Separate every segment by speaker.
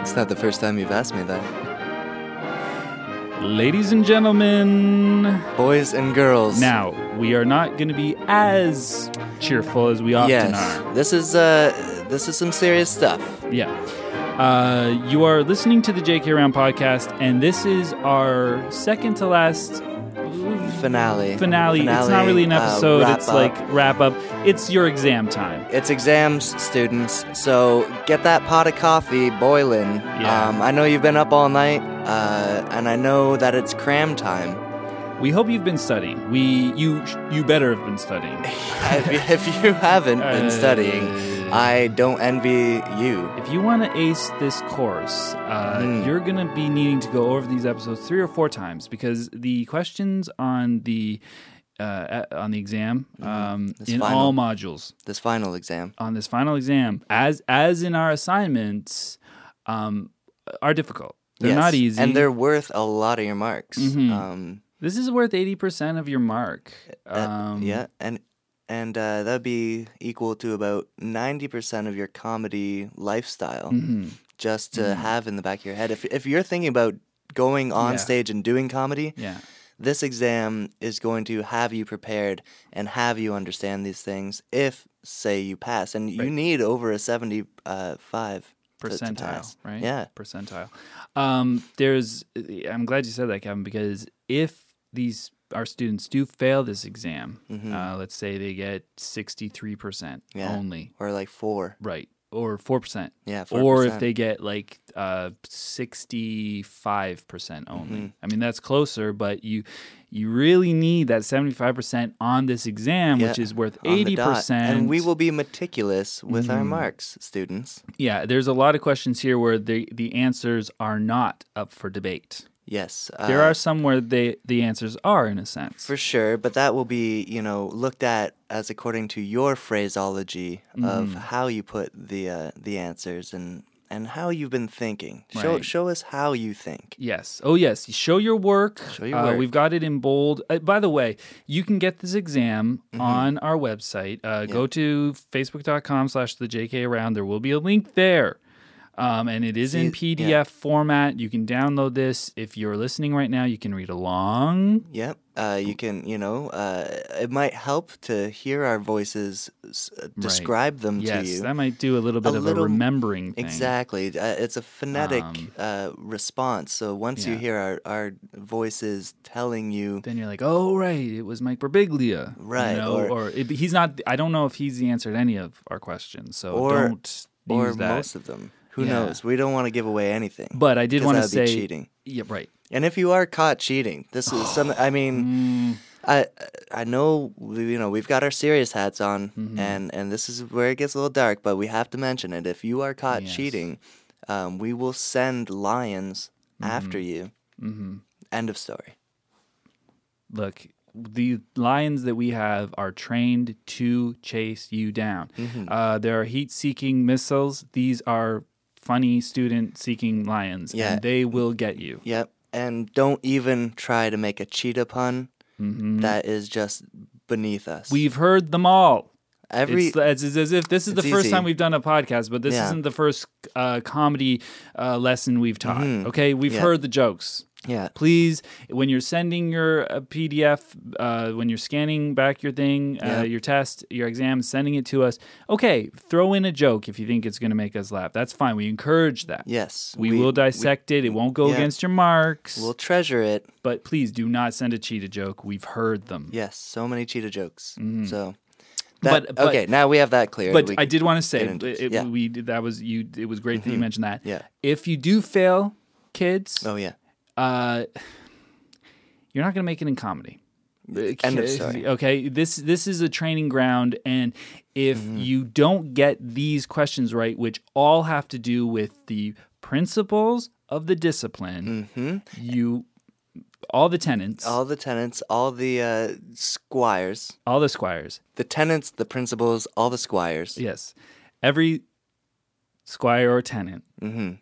Speaker 1: It's not the first time you've asked me that.
Speaker 2: Ladies and gentlemen,
Speaker 1: Boys and girls.
Speaker 2: now we are not going to be as cheerful as we often
Speaker 1: Yes. This is uh this is some serious stuff.
Speaker 2: are. Yeah. Uh, you are listening to the JK Round podcast, and this is our second to last
Speaker 1: Finale.
Speaker 2: finale. It's not really an
Speaker 1: uh,
Speaker 2: episode,
Speaker 1: wrap
Speaker 2: it's
Speaker 1: up.
Speaker 2: like wrap up. It's your exam time.
Speaker 1: it's exams, students. So get that pot of coffee boiling.
Speaker 2: Yeah.
Speaker 1: Um, I know you've been up all night, uh, and I know that it's cram time.
Speaker 2: We hope you've been studying. We you you better have been studying.
Speaker 1: if, if you haven't been
Speaker 2: Uh,
Speaker 1: studying, I don't envy you.
Speaker 2: If you want to ace this course, uh,
Speaker 1: Mm.
Speaker 2: you're going to be needing to go over these episodes three or four times because the questions on the uh, a- on the exam um,
Speaker 1: Mm-hmm. This
Speaker 2: in
Speaker 1: final-
Speaker 2: all modules
Speaker 1: This final exam.
Speaker 2: on this final exam, as as in our assignments, um, are difficult. They're
Speaker 1: Yes.
Speaker 2: not easy,
Speaker 1: and they're worth a lot of your marks.
Speaker 2: Mhm.
Speaker 1: Um,
Speaker 2: this is worth eighty percent of your mark.
Speaker 1: that-
Speaker 2: Um,
Speaker 1: Uh, yeah, and and uh, that'd be equal to about ninety percent of your comedy lifestyle,
Speaker 2: mhm.
Speaker 1: just to have in the back of your head. If if you're thinking about going on
Speaker 2: Yeah.
Speaker 1: stage and doing comedy,
Speaker 2: yeah.
Speaker 1: this exam is going to have you prepared and have you understand these things. If say you pass, and you
Speaker 2: Right.
Speaker 1: need over a seventy uh, five to- to
Speaker 2: percentile,
Speaker 1: pass.
Speaker 2: right?
Speaker 1: Yeah.
Speaker 2: percentile. Um, there's. I'm glad you said that, Kevin, because if these our students do fail this exam,
Speaker 1: Mhm.
Speaker 2: uh, let's say they get 63 percent
Speaker 1: Yeah.
Speaker 2: only,
Speaker 1: or like four.
Speaker 2: right, or four percent,
Speaker 1: Yeah, 4%.
Speaker 2: or if they get like 65 percent only.
Speaker 1: Mm-hmm.
Speaker 2: I mean, that's closer, but you you really need that 75 percent on this exam,
Speaker 1: Yeah,
Speaker 2: which is worth
Speaker 1: on
Speaker 2: 80
Speaker 1: the dot.
Speaker 2: percent, Mm-hmm.
Speaker 1: and we will be meticulous with our marks, students.
Speaker 2: Yeah, there's a lot of questions here where the the answers are not up for debate.
Speaker 1: Yes,
Speaker 2: There
Speaker 1: uh,
Speaker 2: are some where they the answers are in a sense.
Speaker 1: For sure, but that will be, you know, looked at as according to your phraseology
Speaker 2: Mm.
Speaker 1: of how you put the uh, the answers and and how you've been thinking. Show
Speaker 2: Right.
Speaker 1: show us how you think.
Speaker 2: Yes. Oh, yes. Show your work.
Speaker 1: Show your
Speaker 2: Uh,
Speaker 1: work.
Speaker 2: We've got it in bold. Uh, by the way, you can get this exam
Speaker 1: Mm-hmm.
Speaker 2: on our website. Uh, Go to facebook.com slash the JK around. There will be a link there. Um, and it is
Speaker 1: See,
Speaker 2: in
Speaker 1: yeah.
Speaker 2: PDF format. You can download this. If you're listening right now, you can read along.
Speaker 1: Yep. Uh, you can, you know, uh, it might help to hear our voices s- uh, describe them
Speaker 2: Yes,
Speaker 1: to you.
Speaker 2: that might do a little bit of
Speaker 1: little-
Speaker 2: a remembering thing. Um,
Speaker 1: Exactly. Uh, it's a phonetic uh, response. So once you
Speaker 2: yeah.
Speaker 1: hear our, our voices telling you,
Speaker 2: then you're like, oh right, it was Mike Birbiglia,
Speaker 1: Right,
Speaker 2: You know,
Speaker 1: or-
Speaker 2: or, it, he's not. I don't know if he's answered any of our questions, so
Speaker 1: Or-
Speaker 2: don't
Speaker 1: or
Speaker 2: use that.
Speaker 1: most of them, who
Speaker 2: Yeah.
Speaker 1: knows? We don't want to give away anything.
Speaker 2: but I did
Speaker 1: 'cause
Speaker 2: want to
Speaker 1: that would
Speaker 2: say,
Speaker 1: be cheating.
Speaker 2: yeah, right.
Speaker 1: And if you are caught cheating, this is some. I mean,
Speaker 2: Mm.
Speaker 1: I I know we- you know we've got our serious hats on,
Speaker 2: Mm-hmm.
Speaker 1: and and this is where it gets a little dark, but we have to mention it. If you are caught
Speaker 2: Yes.
Speaker 1: cheating, um, we will send lions
Speaker 2: Mm-hmm.
Speaker 1: after you. End of story.
Speaker 2: Look, the lions that we have are trained to chase you down.
Speaker 1: Mm-hmm.
Speaker 2: Uh, there are heat-seeking missiles. These are funny student-seeking lions,
Speaker 1: Yeah.
Speaker 2: and they will get you.
Speaker 1: Yep. And don't even try to make a cheetah pun.
Speaker 2: Mm-hmm.
Speaker 1: That is just beneath us.
Speaker 2: We've heard them all.
Speaker 1: every
Speaker 2: it's, it's, it's as if this is the
Speaker 1: It's
Speaker 2: first time
Speaker 1: easy.
Speaker 2: we've done a podcast, but this
Speaker 1: Yeah.
Speaker 2: isn't the first uh, comedy uh, lesson we've taught. Okay, we've
Speaker 1: Mm-hmm. Yeah.
Speaker 2: heard the jokes.
Speaker 1: yeah
Speaker 2: Please, when you're sending your uh, PDF, uh, when you're scanning back your thing,
Speaker 1: Yeah.
Speaker 2: uh, your test, your exam, sending it to us. Okay, throw in a joke if you think it's going to make us laugh. That's fine. We encourage that.
Speaker 1: yes
Speaker 2: We, will dissect it. It won't go
Speaker 1: yeah.
Speaker 2: against your marks.
Speaker 1: We'll treasure it.
Speaker 2: but please do not send a cheetah joke. We've heard them.
Speaker 1: Yes, so many cheetah jokes. So,
Speaker 2: Mm-hmm. But-
Speaker 1: that-
Speaker 2: but-
Speaker 1: okay, now we have that clear.
Speaker 2: But
Speaker 1: We-
Speaker 2: I did want to say
Speaker 1: get into this.
Speaker 2: it,
Speaker 1: Yeah. Mm-hmm.
Speaker 2: we did- that was you. It was great that you mentioned that.
Speaker 1: Yeah.
Speaker 2: If you do fail, kids,
Speaker 1: oh yeah,
Speaker 2: uh, you're not going to make it in comedy. uh,
Speaker 1: End of story.
Speaker 2: Okay. This this is a training ground, and if
Speaker 1: Mm-hmm.
Speaker 2: you don't get these questions right, which all have to do with the principles of the discipline, you all the tenants, all,
Speaker 1: Mm-hmm. all the tenants, all the uh, squires,
Speaker 2: the squires,
Speaker 1: the tenants, the principals, all the squires.
Speaker 2: yes, every squire or tenant.
Speaker 1: hmm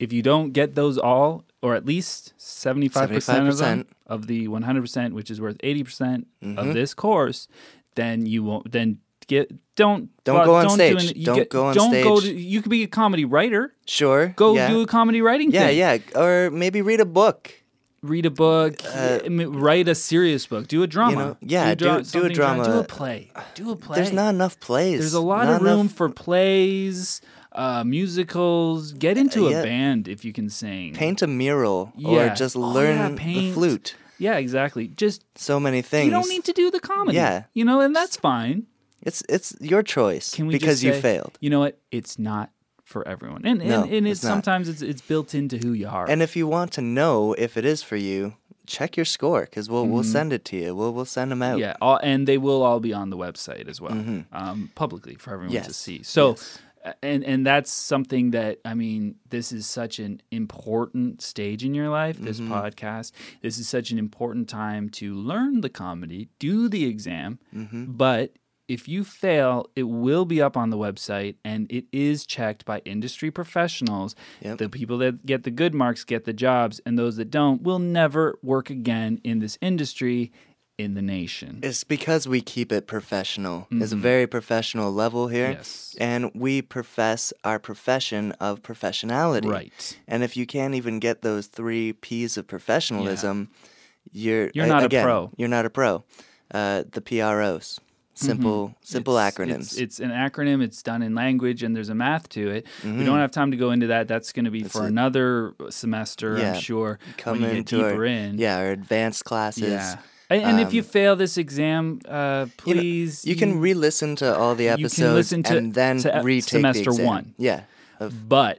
Speaker 2: if you don't get those all, or at least 75%, of them
Speaker 1: 75%.
Speaker 2: of the 100%, which is worth 80% percent
Speaker 1: Mm-hmm.
Speaker 2: of this course, then you won't then get don't
Speaker 1: Don't go on
Speaker 2: do
Speaker 1: stage.
Speaker 2: any- you
Speaker 1: Don't go on
Speaker 2: don't Go to,
Speaker 1: stage.
Speaker 2: you could be a comedy writer.
Speaker 1: Sure.
Speaker 2: Go
Speaker 1: yeah.
Speaker 2: do a comedy writing
Speaker 1: Yeah,
Speaker 2: thing.
Speaker 1: yeah. Or maybe read a book.
Speaker 2: Read a book, I mean, write a serious book, do a drama.
Speaker 1: Uh, know, yeah,
Speaker 2: dra-
Speaker 1: do- do a
Speaker 2: something dra- Do
Speaker 1: drama.
Speaker 2: a play. Do a play.
Speaker 1: There's not enough plays.
Speaker 2: There's a lot
Speaker 1: Not
Speaker 2: of room
Speaker 1: enough-
Speaker 2: for plays, uh, musicals. Get into a
Speaker 1: Uh, yeah.
Speaker 2: band if you can sing.
Speaker 1: paint a mural
Speaker 2: Yeah.
Speaker 1: or just
Speaker 2: Oh, yeah,
Speaker 1: learn the
Speaker 2: paint.
Speaker 1: flute.
Speaker 2: Yeah, exactly. Just
Speaker 1: So many things.
Speaker 2: you don't need to do the comedy.
Speaker 1: Yeah.
Speaker 2: you know, and that's fine.
Speaker 1: It's it's your choice
Speaker 2: Can we just
Speaker 1: because you
Speaker 2: say,
Speaker 1: failed.
Speaker 2: You know what? It's not for everyone, and and,
Speaker 1: No,
Speaker 2: and it's,
Speaker 1: it's not.
Speaker 2: sometimes it's it's built into who you are.
Speaker 1: And if you want to know if it is for you, check your score because we'll we'll send it to you. We'll we'll send them out.
Speaker 2: Mm-hmm. yeah, all, and they will all be on the website as well, um, publicly for everyone to
Speaker 1: Mm-hmm. Yes,
Speaker 2: see. So, uh, and and that's something that I mean, this is such an important stage in your life. This
Speaker 1: Mm-hmm.
Speaker 2: podcast, this is such an important time to learn the comedy, do the exam,
Speaker 1: Mm-hmm.
Speaker 2: but. If you fail, it will be up on the website and it is checked by industry professionals.
Speaker 1: Yep.
Speaker 2: The people that get the good marks get the jobs, and those that don't will never work again in this industry in the nation.
Speaker 1: It's because we keep it professional. It's a very professional level here.
Speaker 2: Mm-hmm. Yes.
Speaker 1: And we profess our profession of professionality.
Speaker 2: Right.
Speaker 1: And if you can't even get those three P's of professionalism, you're
Speaker 2: You're not a
Speaker 1: again,
Speaker 2: pro. Mm-hmm.
Speaker 1: You're not a pro. Uh, the PROs, simple simple
Speaker 2: It's-
Speaker 1: acronyms.
Speaker 2: It's, it's an acronym. It's done in language, and there's a math to it.
Speaker 1: Mm-hmm.
Speaker 2: We don't have time to go into that. That's going to be for another semester,
Speaker 1: Yeah.
Speaker 2: I'm sure.
Speaker 1: Come
Speaker 2: when you get
Speaker 1: into
Speaker 2: deeper
Speaker 1: our,
Speaker 2: in,
Speaker 1: yeah, our advanced classes.
Speaker 2: yeah. And, and if you fail this exam, uh, please
Speaker 1: You can re-listen to all the
Speaker 2: can
Speaker 1: episodes
Speaker 2: listen to-
Speaker 1: and then
Speaker 2: to e-
Speaker 1: retake
Speaker 2: semester
Speaker 1: the exam.
Speaker 2: one.
Speaker 1: Yeah,
Speaker 2: But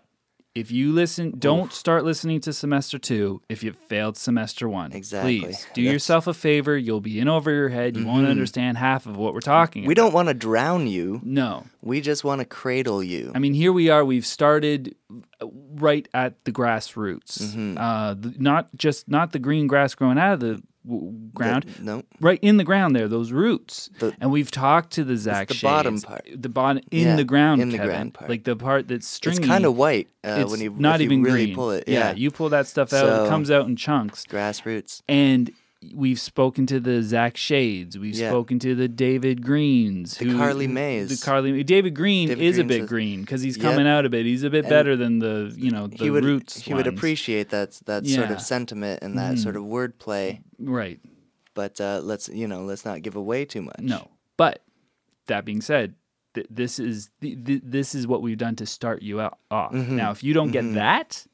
Speaker 2: if you listen, don't start listening to semester two if you failed semester one.
Speaker 1: Exactly. Mm-hmm.
Speaker 2: Please do yourself a favor. You'll be in over your head. You won't understand half of what we're talking.
Speaker 1: we
Speaker 2: about.
Speaker 1: don't want to drown you.
Speaker 2: No.
Speaker 1: We just want to cradle you.
Speaker 2: I mean, here we are. We've started uh, right at the grassroots.
Speaker 1: Mm-hmm.
Speaker 2: Uh, th- not just not the green grass growing out of the w- ground.
Speaker 1: no.
Speaker 2: Right in the ground there, those roots,
Speaker 1: The-
Speaker 2: and we've talked to the Zach
Speaker 1: the bottom
Speaker 2: Shades,
Speaker 1: part.
Speaker 2: the bottom in
Speaker 1: Yeah,
Speaker 2: the ground,
Speaker 1: in the
Speaker 2: Kevin.
Speaker 1: ground part.
Speaker 2: like the part that's
Speaker 1: It's
Speaker 2: stringy.
Speaker 1: kind of white uh,
Speaker 2: It's
Speaker 1: when you
Speaker 2: not
Speaker 1: if
Speaker 2: even
Speaker 1: you really
Speaker 2: green.
Speaker 1: pull it. Yeah,
Speaker 2: you pull that stuff out, it
Speaker 1: So-
Speaker 2: comes out in chunks.
Speaker 1: grassroots.
Speaker 2: And we've spoken to the Zach Shades, we've
Speaker 1: Yeah.
Speaker 2: spoken to the David Greens, the
Speaker 1: Carly Mays.
Speaker 2: the Carly David Green
Speaker 1: David
Speaker 2: is a
Speaker 1: Green's
Speaker 2: bit
Speaker 1: a-
Speaker 2: green because he's
Speaker 1: Yep.
Speaker 2: coming out a bit. He's a bit better than the you know the
Speaker 1: he would
Speaker 2: roots.
Speaker 1: he would
Speaker 2: ones.
Speaker 1: appreciate that that sort
Speaker 2: Yeah. Mm.
Speaker 1: of sentiment and that sort of wordplay.
Speaker 2: right.
Speaker 1: But uh, let's you know let's not give away too much.
Speaker 2: No, but that being said, th- this is th- th- this is what we've done to start you out off.
Speaker 1: Mm-hmm.
Speaker 2: Now, if you don't get that,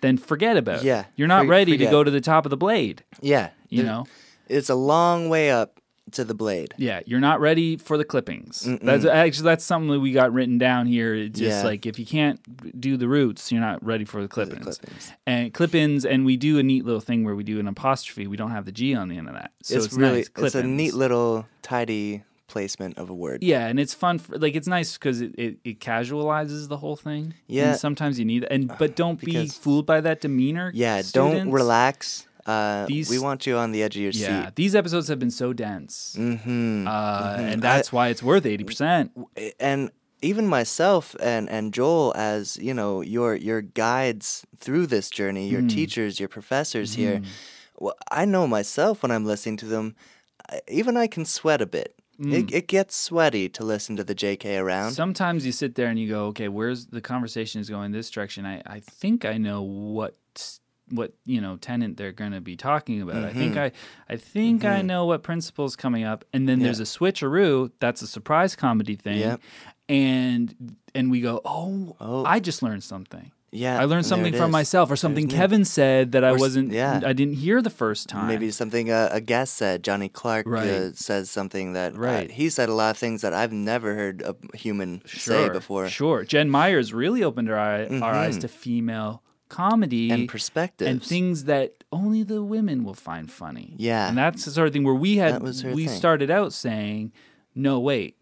Speaker 2: then forget about
Speaker 1: Yeah,
Speaker 2: it. You're not
Speaker 1: for-
Speaker 2: ready to
Speaker 1: forget
Speaker 2: go
Speaker 1: it.
Speaker 2: to the top of the blade.
Speaker 1: Yeah,
Speaker 2: You
Speaker 1: there-
Speaker 2: know,
Speaker 1: it's a long way up to the blade.
Speaker 2: Yeah, you're not ready for the clippings. That's actually that's something that we got written down here. It's just
Speaker 1: Yeah.
Speaker 2: like if you can't do the roots, you're not ready for the clippings.
Speaker 1: clippings.
Speaker 2: And clippings, and we do a neat little thing where we do an apostrophe. We don't have the G on the end of that, so it's,
Speaker 1: it's, really
Speaker 2: nice.
Speaker 1: it's a
Speaker 2: clip-ins.
Speaker 1: neat little tidy placement of a word.
Speaker 2: Yeah, and it's fun. For, like it's nice because it, it, it casualizes the whole thing.
Speaker 1: Yeah. Uh,
Speaker 2: and sometimes you need and but don't be
Speaker 1: Because-
Speaker 2: fooled by that demeanor.
Speaker 1: Yeah, don't
Speaker 2: students.
Speaker 1: relax. Uh, we
Speaker 2: These-
Speaker 1: want you on the edge of your
Speaker 2: Yeah,
Speaker 1: seat.
Speaker 2: these episodes have been so dense, mm-hmm. Uh, and that's why it's worth eighty percent.
Speaker 1: I- And even myself and, and Joel, as you know, your your guides through this journey,
Speaker 2: Hmm.
Speaker 1: your teachers, your professors here. Well, I know myself when I'm listening to them. I- Even I can sweat a bit.
Speaker 2: Hmm.
Speaker 1: It, it gets sweaty to listen to the JK around.
Speaker 2: Sometimes you sit there and you go, okay, where's the conversation is going this direction? I, I think I know what what you know tenant they're going to be talking about. I think
Speaker 1: Mm-hmm.
Speaker 2: I I think I know what principle's coming up. And then there's a switcheroo. That's a surprise comedy thing.
Speaker 1: Yep.
Speaker 2: And and we go, oh,
Speaker 1: Oh.
Speaker 2: I just learned something.
Speaker 1: yeah,
Speaker 2: I learned
Speaker 1: there
Speaker 2: something
Speaker 1: it
Speaker 2: from
Speaker 1: is. Mm-hmm.
Speaker 2: myself, or something Kevin said that I wasn't.
Speaker 1: yeah.
Speaker 2: I didn't hear the first time.
Speaker 1: Maybe something uh, a guest said. Johnny Clark uh,
Speaker 2: Right.
Speaker 1: says something that uh,
Speaker 2: Right.
Speaker 1: he said a lot of things that I've never heard a human say before. Mm-hmm.
Speaker 2: Sure. Jen Myers really opened our, eye, our eyes to female comedy
Speaker 1: And perspectives.
Speaker 2: and things that only the women will find funny.
Speaker 1: Yeah.
Speaker 2: And that's the sort of thing where we had
Speaker 1: That was her
Speaker 2: we
Speaker 1: thing.
Speaker 2: started out saying, no, wait,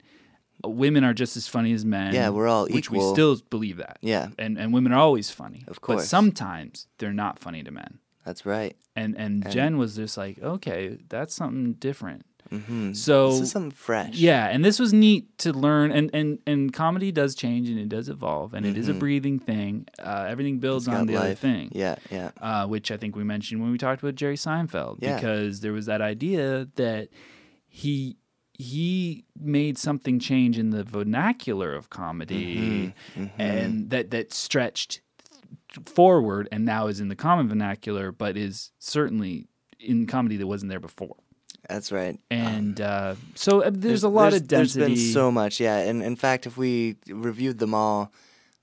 Speaker 2: women are just as funny as men.
Speaker 1: Yeah, we're all
Speaker 2: which we
Speaker 1: equal.
Speaker 2: still believe that.
Speaker 1: Yeah.
Speaker 2: And and women are always funny. Of But
Speaker 1: course.
Speaker 2: sometimes they're not funny to men.
Speaker 1: That's right.
Speaker 2: And and Jen was just like, okay, that's something different. So
Speaker 1: Mm-hmm. This is something fresh.
Speaker 2: yeah, and this was neat to learn. And and and comedy does change and it does evolve, and it is a breathing thing. Uh, everything builds on
Speaker 1: Mm-hmm. Got
Speaker 2: the other
Speaker 1: life.
Speaker 2: thing.
Speaker 1: Yeah, yeah.
Speaker 2: Uh, which I think we mentioned when we talked about Jerry Seinfeld,
Speaker 1: Yeah.
Speaker 2: because there was that idea that he he made something change in the vernacular of comedy,
Speaker 1: Mm-hmm,
Speaker 2: and that that stretched forward and now is in the common vernacular, but is certainly in comedy that wasn't there before.
Speaker 1: That's right.
Speaker 2: And uh, so uh, there's, a lot of density.
Speaker 1: Ah. There's been so much, yeah. And in fact, if we reviewed them all,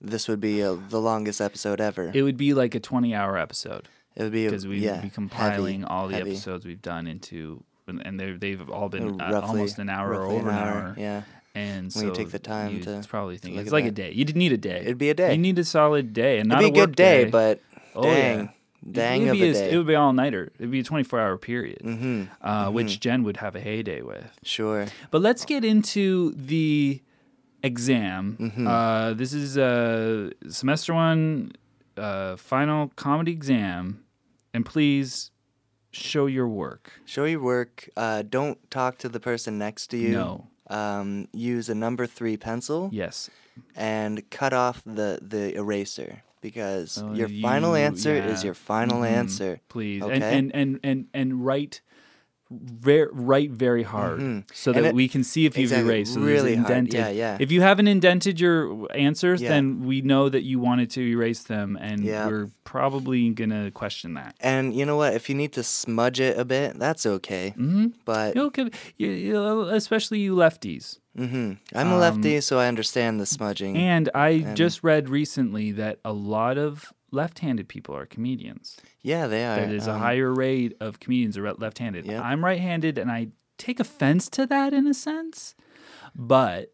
Speaker 1: this would be uh the longest episode ever. It,
Speaker 2: It would be like a 20 hour episode
Speaker 1: would be
Speaker 2: because we
Speaker 1: yeah,
Speaker 2: would be compiling
Speaker 1: heavy,
Speaker 2: all the
Speaker 1: heavy.
Speaker 2: episodes we've done into, and- and they've they've all been uh,
Speaker 1: Roughly-
Speaker 2: almost an hour or
Speaker 1: roughly
Speaker 2: over an hour.
Speaker 1: Yeah,
Speaker 2: And
Speaker 1: When
Speaker 2: so
Speaker 1: you take the time
Speaker 2: you'd
Speaker 1: to-
Speaker 2: probably think
Speaker 1: look
Speaker 2: it's
Speaker 1: at
Speaker 2: like a
Speaker 1: that.
Speaker 2: day. You'd need a day.
Speaker 1: It'd be a day.
Speaker 2: You need a solid day and not
Speaker 1: it'd be a
Speaker 2: a
Speaker 1: good
Speaker 2: work
Speaker 1: day, but
Speaker 2: Oh,
Speaker 1: dang,
Speaker 2: yeah.
Speaker 1: dang of
Speaker 2: it'd be
Speaker 1: a day. Mm-hmm.
Speaker 2: it would be all nighter. It'd be a 24 hour period, uh, which Jen would have a heyday with.
Speaker 1: sure.
Speaker 2: But let's get into the exam.
Speaker 1: Mm-hmm.
Speaker 2: Uh, this is uh, semester one uh, final comedy exam, and please show your work.
Speaker 1: Show your work. Uh, don't talk to the person next to you.
Speaker 2: No.
Speaker 1: Um, use a number three pencil
Speaker 2: Yes,
Speaker 1: and cut off the, the eraser because
Speaker 2: Oh,
Speaker 1: your final
Speaker 2: you-
Speaker 1: answer is
Speaker 2: yeah. Mm-hmm.
Speaker 1: your final answer.
Speaker 2: please,
Speaker 1: Okay.
Speaker 2: and, and and and and write. Very, write very hard so
Speaker 1: Mm-hmm. And
Speaker 2: that
Speaker 1: it-
Speaker 2: we can see if you've
Speaker 1: exactly,
Speaker 2: erased. So there's
Speaker 1: really hard.
Speaker 2: indented.
Speaker 1: Yeah, yeah.
Speaker 2: If you haven't indented your answers,
Speaker 1: Yeah.
Speaker 2: then we know that you wanted to erase them, and
Speaker 1: Yeah.
Speaker 2: we're probably gonna question that.
Speaker 1: And you know what? If you need to smudge it a bit, that's okay. Mm-hmm. But
Speaker 2: You'll, give- you, you'll, especially you lefties.
Speaker 1: mm-hmm. I'm a lefty, so I understand the smudging.
Speaker 2: Um, And I just read recently that a lot of left-handed people are comedians.
Speaker 1: yeah, they are.
Speaker 2: There's a
Speaker 1: Um,
Speaker 2: higher rate of comedians are left-handed.
Speaker 1: Yep.
Speaker 2: I'm right-handed, and I take offense to that in a sense, but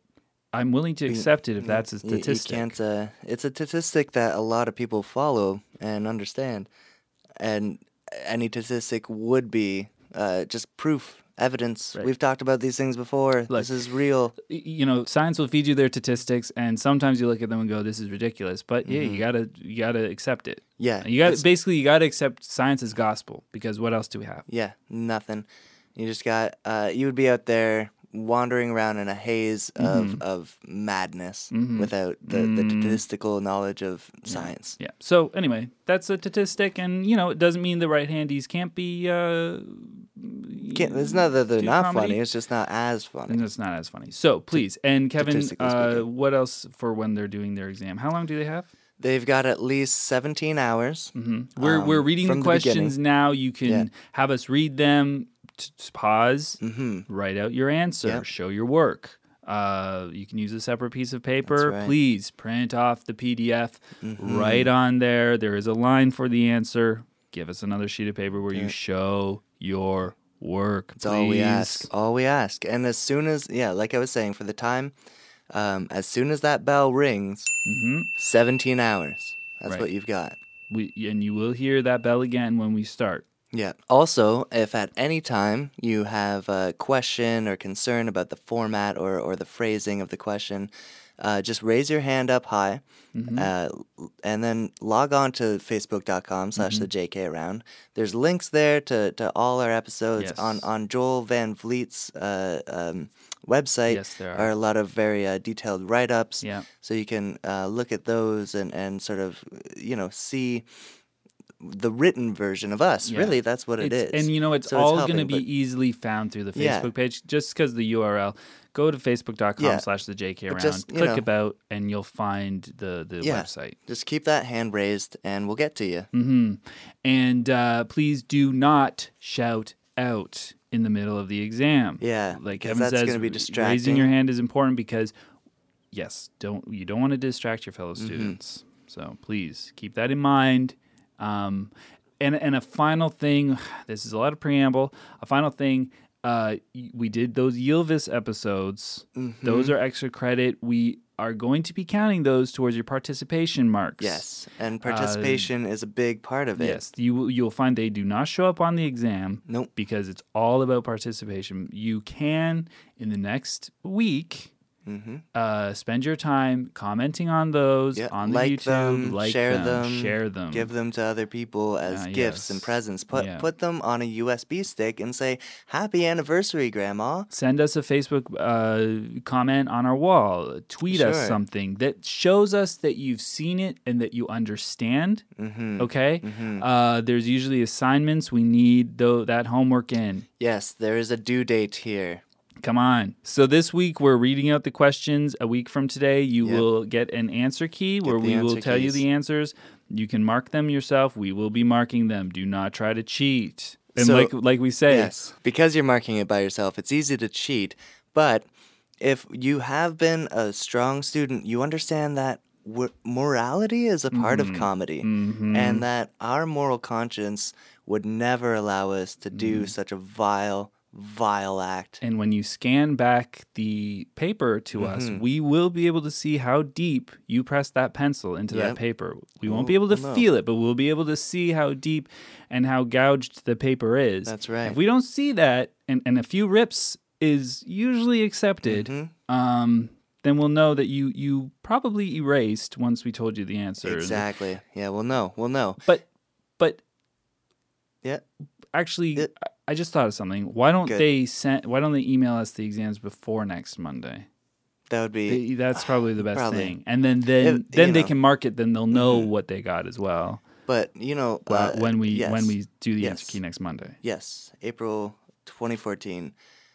Speaker 2: I'm willing to accept it if that's a
Speaker 1: you- you
Speaker 2: statistic.
Speaker 1: can't. Uh, it's a statistic that a lot of people follow and understand, and any statistic would be uh, just proof, evidence. We've talked about these things before. this is real.
Speaker 2: you know, science will feed you their statistics, and sometimes you look at them and go, "This is ridiculous." But yeah,
Speaker 1: Mm-hmm.
Speaker 2: you gotta you gotta accept it.
Speaker 1: Yeah,
Speaker 2: you got to basically you gotta accept science as gospel because what else do we have?
Speaker 1: Yeah, nothing. You just got. Uh, you would be out there wandering around in a haze
Speaker 2: Mm-hmm.
Speaker 1: of of madness without the, the statistical knowledge of science.
Speaker 2: Yeah. So anyway, that's a statistic, and you know it doesn't mean the right-handies can't be. Uh,
Speaker 1: Can't, it's not that they're
Speaker 2: Do
Speaker 1: not
Speaker 2: comedy.
Speaker 1: funny. It's just not as funny.
Speaker 2: and it's not as funny. So please, and Kevin,
Speaker 1: Statistically
Speaker 2: uh,
Speaker 1: speaking.
Speaker 2: what else for when they're doing their exam? How long do they have?
Speaker 1: They've got at least 17 hours.
Speaker 2: Mm-hmm. Hmm. We're
Speaker 1: um,
Speaker 2: we're reading
Speaker 1: from
Speaker 2: the
Speaker 1: the
Speaker 2: questions now. You can
Speaker 1: Yeah.
Speaker 2: have us read them. t- t- pause. Write out your answer.
Speaker 1: Mm-hmm. Yep.
Speaker 2: Show your work. Uh, you can use a separate piece of paper.
Speaker 1: right. Mm-hmm.
Speaker 2: Please print off the PDF. Right on there. There is a line for the answer. Give us another sheet of paper where you show your work.
Speaker 1: That's all we ask. All we ask. And as soon as, yeah, like I was saying, for the time, um, as soon as that bell rings,
Speaker 2: Mm-hmm.
Speaker 1: 17 hours. That's
Speaker 2: Right.
Speaker 1: what you've got.
Speaker 2: We, and you will hear that bell again when we start.
Speaker 1: Yeah. Also, if at any time you have a question or concern about the format or, or the phrasing of the question, uh, just raise your hand up high
Speaker 2: Mm-hmm.
Speaker 1: uh, l- and then log on to facebook.com slash the
Speaker 2: Mm-hmm.
Speaker 1: JK Around. There's links there to, to all our episodes.
Speaker 2: Yes.
Speaker 1: On, on Joel Van Vliet's uh, um, website
Speaker 2: Yes, there
Speaker 1: a lot of very uh, detailed write ups.
Speaker 2: Yeah.
Speaker 1: So you can uh, look at those and, and sort of, you know, see the written version of us.
Speaker 2: Yeah.
Speaker 1: Really, that's what it is.
Speaker 2: It's- And you know, it's
Speaker 1: So
Speaker 2: all
Speaker 1: helping,
Speaker 2: going to be
Speaker 1: but-
Speaker 2: easily found through the Facebook
Speaker 1: Yeah.
Speaker 2: page just because the URL. Go to facebook.com
Speaker 1: Yeah.
Speaker 2: slash the JK round,
Speaker 1: just, you
Speaker 2: click
Speaker 1: know-
Speaker 2: about, and you'll find the, the
Speaker 1: Yeah.
Speaker 2: website.
Speaker 1: Just keep that hand raised and we'll get to you.
Speaker 2: hmm And uh, please do not shout out in the middle of the exam.
Speaker 1: Yeah,
Speaker 2: Like
Speaker 1: because
Speaker 2: Kevin
Speaker 1: that's
Speaker 2: says,
Speaker 1: gonna be
Speaker 2: raising
Speaker 1: distracting.
Speaker 2: your hand is important because, yes, don't you don't want to distract your
Speaker 1: Mm-hmm.
Speaker 2: fellow students. So please keep that in mind. Um, and and a final thing, this is a lot of preamble. A final thing. Uh, y- we did those Yilvis episodes.
Speaker 1: Mm-hmm.
Speaker 2: Those are extra credit. We are going to be counting those towards your participation marks.
Speaker 1: Yes. And participation is a big part of it.
Speaker 2: Uh, Yes, you will- you'll find they do not show up on the exam.
Speaker 1: Nope.
Speaker 2: because it's all about participation. You can in the next week Uh, spend your time commenting on those
Speaker 1: Mm-hmm. Yeah,
Speaker 2: on the
Speaker 1: like
Speaker 2: YouTube,
Speaker 1: them,
Speaker 2: like
Speaker 1: share
Speaker 2: them,
Speaker 1: them,
Speaker 2: share them.
Speaker 1: Give them to other people as
Speaker 2: Ah,
Speaker 1: gifts and
Speaker 2: yes.
Speaker 1: presents. Put
Speaker 2: Yeah.
Speaker 1: put them on a USB stick and say, "Happy anniversary, Grandma."
Speaker 2: Send us a Facebook uh, comment on our wall. Tweet us
Speaker 1: Sure.
Speaker 2: something that shows us that you've seen it and that you understand.
Speaker 1: Mm-hmm. Mm.
Speaker 2: Okay. Uh, there's usually assignments. We need though that homework in.
Speaker 1: Yes, there is a due date here.
Speaker 2: Come on. So this week we're reading out the questions. A week from today, you
Speaker 1: Yep.
Speaker 2: will get an answer key where
Speaker 1: the
Speaker 2: we will
Speaker 1: answer
Speaker 2: tell you
Speaker 1: keys.
Speaker 2: the answers. You can mark them yourself. We will be marking them. Do not try to cheat. And
Speaker 1: So-
Speaker 2: like like we say,
Speaker 1: Yes, because you're marking it by yourself, it's easy to cheat. But if you have been a strong student, you understand that w- morality is a part
Speaker 2: Mm-hmm.
Speaker 1: of comedy and that our moral conscience would never allow us to do
Speaker 2: Mm-hmm.
Speaker 1: such a vile, vile act.
Speaker 2: and when you scan back the paper to us,
Speaker 1: Mm-hmm.
Speaker 2: we will be able to see how deep you pressed that pencil into that
Speaker 1: Yep.
Speaker 2: paper. We won't be able to
Speaker 1: we'll know.
Speaker 2: feel it, but we'll be able to see how deep and how gouged the paper is.
Speaker 1: That's right.
Speaker 2: If we don't see that, and, and a few rips is usually accepted,
Speaker 1: Mm-hmm.
Speaker 2: um, then we'll know that you you probably erased once we told you the answer.
Speaker 1: Exactly. Yeah, we'll know. We'll know.
Speaker 2: But but
Speaker 1: Yeah.
Speaker 2: actually,
Speaker 1: It-
Speaker 2: I- I just thought of something. Why don't
Speaker 1: Good.
Speaker 2: they send? Why don't they email us the exams before next Monday?
Speaker 1: That would be.
Speaker 2: They- that's probably the best
Speaker 1: Probably.
Speaker 2: thing. And then then
Speaker 1: If-
Speaker 2: then
Speaker 1: you know.
Speaker 2: they
Speaker 1: Mm-hmm.
Speaker 2: can mark it. Then they'll know what they got as well.
Speaker 1: But, you know.
Speaker 2: Well,
Speaker 1: uh,
Speaker 2: when we when
Speaker 1: yes.
Speaker 2: we do the answer
Speaker 1: yes.
Speaker 2: key next Monday,
Speaker 1: Yes, April 2014.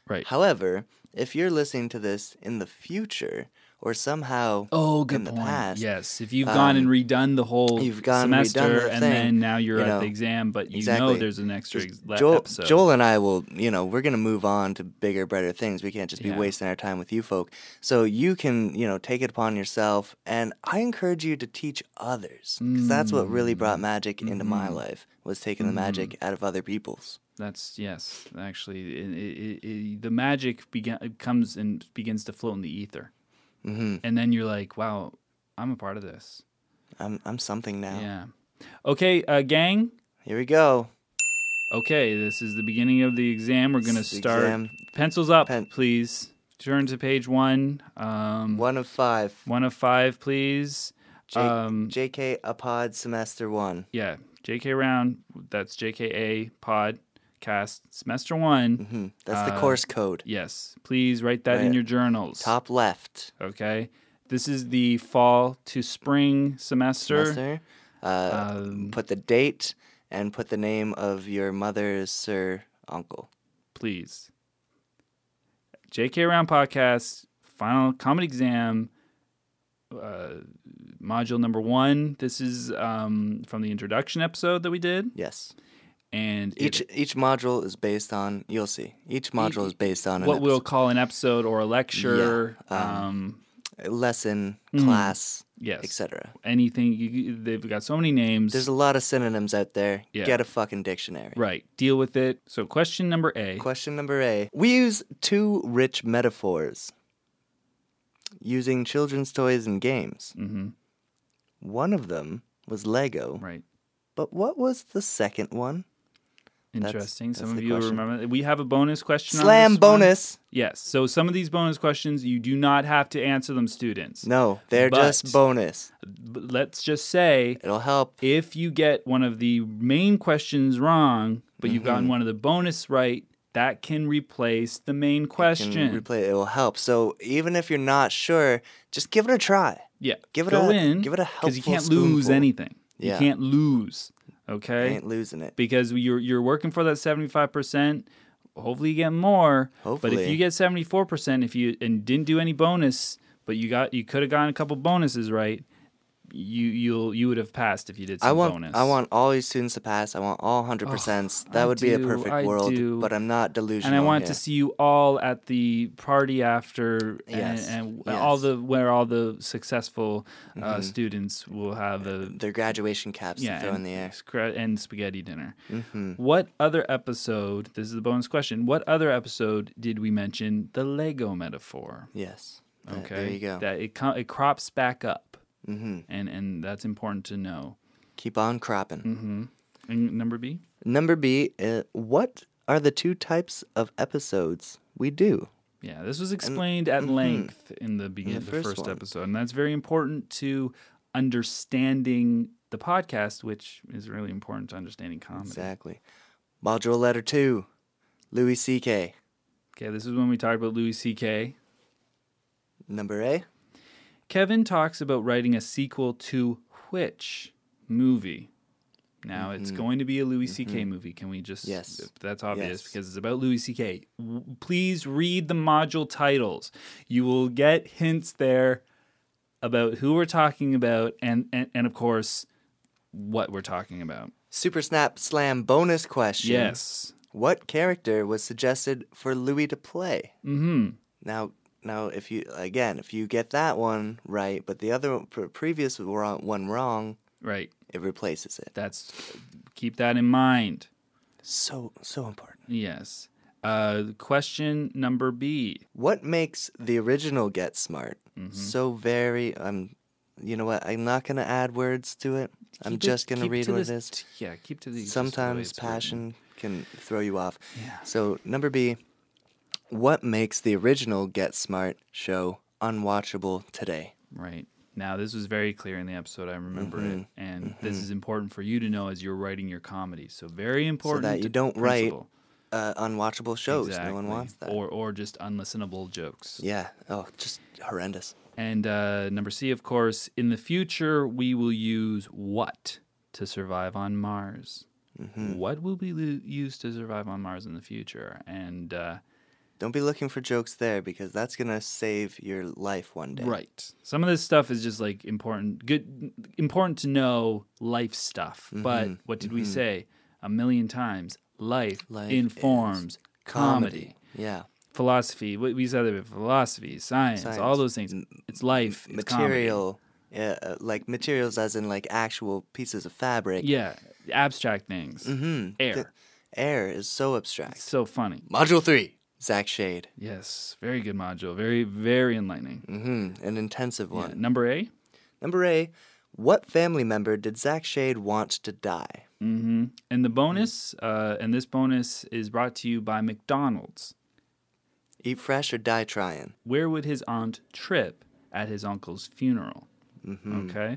Speaker 2: right?
Speaker 1: However, if you're listening to this in the future or somehow
Speaker 2: Oh, good
Speaker 1: in the
Speaker 2: point.
Speaker 1: past, um,
Speaker 2: yes, if you've gone and redone the whole
Speaker 1: you've gone and redone
Speaker 2: semester,
Speaker 1: the
Speaker 2: and
Speaker 1: thing,
Speaker 2: then now you're
Speaker 1: you
Speaker 2: at
Speaker 1: know,
Speaker 2: the exam, but you know
Speaker 1: exactly.
Speaker 2: there's an extra ex- le-
Speaker 1: Joel,
Speaker 2: episode.
Speaker 1: Joel and I will, you know, we're going to move on to bigger, better things. We can't just be
Speaker 2: Yeah.
Speaker 1: wasting our time with you folk. So you can, you know, take it upon yourself. And I encourage you to teach others because that's what really
Speaker 2: Mm.
Speaker 1: brought magic into
Speaker 2: Mm-hmm.
Speaker 1: my life was taking the magic out of other people's.
Speaker 2: That's yes, actually, it, it, it, it- the magic began it comes and begins to float in the ether, mm-hmm. and then you're like, wow, I'm a part of this.
Speaker 1: I'm, I'm something now.
Speaker 2: Yeah. Okay, uh, gang.
Speaker 1: Here we go.
Speaker 2: Okay, this is the beginning of the exam. We're gonna
Speaker 1: It's the
Speaker 2: start.
Speaker 1: exam.
Speaker 2: Pencils up,
Speaker 1: Pen-
Speaker 2: please. Turn to page one. Um,
Speaker 1: One of five.
Speaker 2: one of five, please.
Speaker 1: J-
Speaker 2: um,
Speaker 1: JK Apod semester one.
Speaker 2: yeah, JK round. That's JKA pod cast semester one.
Speaker 1: Hmm, That's
Speaker 2: uh,
Speaker 1: the course code.
Speaker 2: Yes, please write that in
Speaker 1: Right.
Speaker 2: your journals.
Speaker 1: Top left.
Speaker 2: Okay, this is the fall to spring semester.
Speaker 1: Master. Uh,
Speaker 2: Um,
Speaker 1: put the date and put the name of your mother's sir uncle.
Speaker 2: please. JK Round Podcast, final comedy exam, uh, module number one. This is um, from the introduction episode that we did.
Speaker 1: Yes.
Speaker 2: And it-
Speaker 1: Each
Speaker 2: E,
Speaker 1: each module is based on. You'll see. Each module is based on an
Speaker 2: what we'll
Speaker 1: episode-
Speaker 2: call an episode or a lecture. um,
Speaker 1: lesson, class,
Speaker 2: Hmm. yes.
Speaker 1: etc.
Speaker 2: Anything. You- You, they've got so many names.
Speaker 1: There's a lot of synonyms out there.
Speaker 2: Yeah.
Speaker 1: Get a fucking dictionary.
Speaker 2: right. Deal with it. So, question number A.
Speaker 1: Question number A. We use two rich metaphors using children's toys and games. Mm-hmm. One of them was Lego,
Speaker 2: right.
Speaker 1: but what was the second one?
Speaker 2: Interesting.
Speaker 1: that's
Speaker 2: Some
Speaker 1: the
Speaker 2: of you
Speaker 1: question.
Speaker 2: remember. We have a bonus question. on
Speaker 1: Slam
Speaker 2: this one.
Speaker 1: bonus.
Speaker 2: Yes. So some of these bonus questions, you do not have to answer them, students.
Speaker 1: No, they're
Speaker 2: But-
Speaker 1: just bonus.
Speaker 2: But let's just say
Speaker 1: It'll help.
Speaker 2: if you get one of the main questions wrong, but you've
Speaker 1: Mm-hmm.
Speaker 2: gotten one of the bonus right, that can replace the main
Speaker 1: Can
Speaker 2: question.
Speaker 1: replay it. It will help. So even if you're not sure, just give it a try.
Speaker 2: yeah.
Speaker 1: Give it
Speaker 2: Go
Speaker 1: a-
Speaker 2: in.
Speaker 1: give it a
Speaker 2: you
Speaker 1: helpful
Speaker 2: can't lose
Speaker 1: spoonful.
Speaker 2: anything. You
Speaker 1: Yeah.
Speaker 2: can't lose. Okay.
Speaker 1: Ain't losing it.
Speaker 2: because you're you're working for that 75%. Hopefully you get more. But if
Speaker 1: Hopefully.
Speaker 2: you get 74% if you and didn't do any bonus, but you got you could have gotten a couple bonuses right, you you'll you would have passed if you did some
Speaker 1: I want
Speaker 2: bonus.
Speaker 1: I want all these students to pass. I want all 100%. that
Speaker 2: I
Speaker 1: would be a
Speaker 2: do,
Speaker 1: perfect
Speaker 2: I
Speaker 1: world,
Speaker 2: do.
Speaker 1: but I'm not delusional.
Speaker 2: and I want
Speaker 1: here.
Speaker 2: to see you all at the party after, and-
Speaker 1: Yes,
Speaker 2: and,
Speaker 1: yes.
Speaker 2: all the where all the successful uh, students will have a
Speaker 1: their graduation caps to throw in the air. Mm-hmm.
Speaker 2: scra- and spaghetti dinner. What other episode? This is the bonus question. What other episode did we mention the Lego metaphor?
Speaker 1: Yes. Uh,
Speaker 2: Okay,
Speaker 1: there you go.
Speaker 2: That it co- it crops back up, mm-hmm. and and that's important to know.
Speaker 1: Keep on cropping.
Speaker 2: Mm-hmm. And number B.
Speaker 1: Number B, uh, what are the two types of episodes we do?
Speaker 2: Yeah, this was explained at length in the beginning, the,
Speaker 1: first
Speaker 2: first,
Speaker 1: one.
Speaker 2: episode, and that's very important to understanding the podcast, which is really important to understanding comedy.
Speaker 1: Exactly. Module letter two, Louis C.K.
Speaker 2: Okay, this is when we talked about Louis C.K.
Speaker 1: Number A.
Speaker 2: Kevin talks about writing a sequel to which movie? Now it's going to be a Louis C.K. movie. Can we just?
Speaker 1: Mm-hmm. Yes.
Speaker 2: That's
Speaker 1: Yes.
Speaker 2: obvious because it's about Louis C.K. W- Please read the module titles. You will get hints there about who we're talking about and and, and of course what we're talking about.
Speaker 1: Super Snap Slam bonus question.
Speaker 2: Yes.
Speaker 1: What character was suggested for Louis to play? Mm-hmm. Now, now, if you again, if you get that one right, but the other pre- previous wro- one wrong,
Speaker 2: Right.
Speaker 1: it replaces it.
Speaker 2: That's keep that in mind.
Speaker 1: So, so important.
Speaker 2: Yes. Uh, question number B.
Speaker 1: What makes the original Get Smart
Speaker 2: Mm-hmm.
Speaker 1: so very? Um, you know what? I'm not gonna add words to it. I'm
Speaker 2: Keep it-
Speaker 1: just gonna
Speaker 2: keep
Speaker 1: read
Speaker 2: to
Speaker 1: what it
Speaker 2: this-
Speaker 1: is.
Speaker 2: t- Yeah, keep to the just the way
Speaker 1: Sometimes
Speaker 2: it's written.
Speaker 1: passion can throw you off. So, number B, what makes the original Get Smart show unwatchable today?
Speaker 2: Right. Now, this was very clear in the episode. I remember
Speaker 1: Mm-hmm.
Speaker 2: it. And this is important for you to know as you're writing your comedy. So, very important
Speaker 1: that you
Speaker 2: to
Speaker 1: don't write
Speaker 2: principle.
Speaker 1: Uh, unwatchable shows. No one
Speaker 2: Exactly.
Speaker 1: wants that.
Speaker 2: Or, or just unlistenable jokes.
Speaker 1: yeah. Oh, just horrendous.
Speaker 2: And uh, number C, of course, in the future, we will use what to survive on Mars?
Speaker 1: Mm-hmm.
Speaker 2: What will be lo- used to survive on Mars in the future? And uh,
Speaker 1: Don't be looking for jokes there because that's going to save your life one day.
Speaker 2: Right. Some of this stuff is just like important, good, important to know life stuff.
Speaker 1: Mm-hmm.
Speaker 2: But what did we say a million times? Life,
Speaker 1: Life
Speaker 2: informs comedy.
Speaker 1: Comedy. Yeah.
Speaker 2: philosophy. What we said about philosophy, science, all
Speaker 1: Science.
Speaker 2: those things. It's life, it's comedy.
Speaker 1: Material. Yeah, uh, like materials as in like actual pieces of fabric.
Speaker 2: Yeah, abstract things. Mm-hmm. Air.
Speaker 1: Air is so abstract.
Speaker 2: so funny.
Speaker 1: Module three, Zach Shade.
Speaker 2: Yes, very good module. Very, very enlightening.
Speaker 1: hmm An intensive
Speaker 2: Yeah,
Speaker 1: one.
Speaker 2: Number A.
Speaker 1: Number A, what family member did Zach Shade want to die?
Speaker 2: Mm-hmm. And the bonus, uh, and this bonus is brought to you by McDonald's.
Speaker 1: Eat fresh or die trying.
Speaker 2: where would his aunt trip at his uncle's funeral?
Speaker 1: Mm-hmm.
Speaker 2: Okay.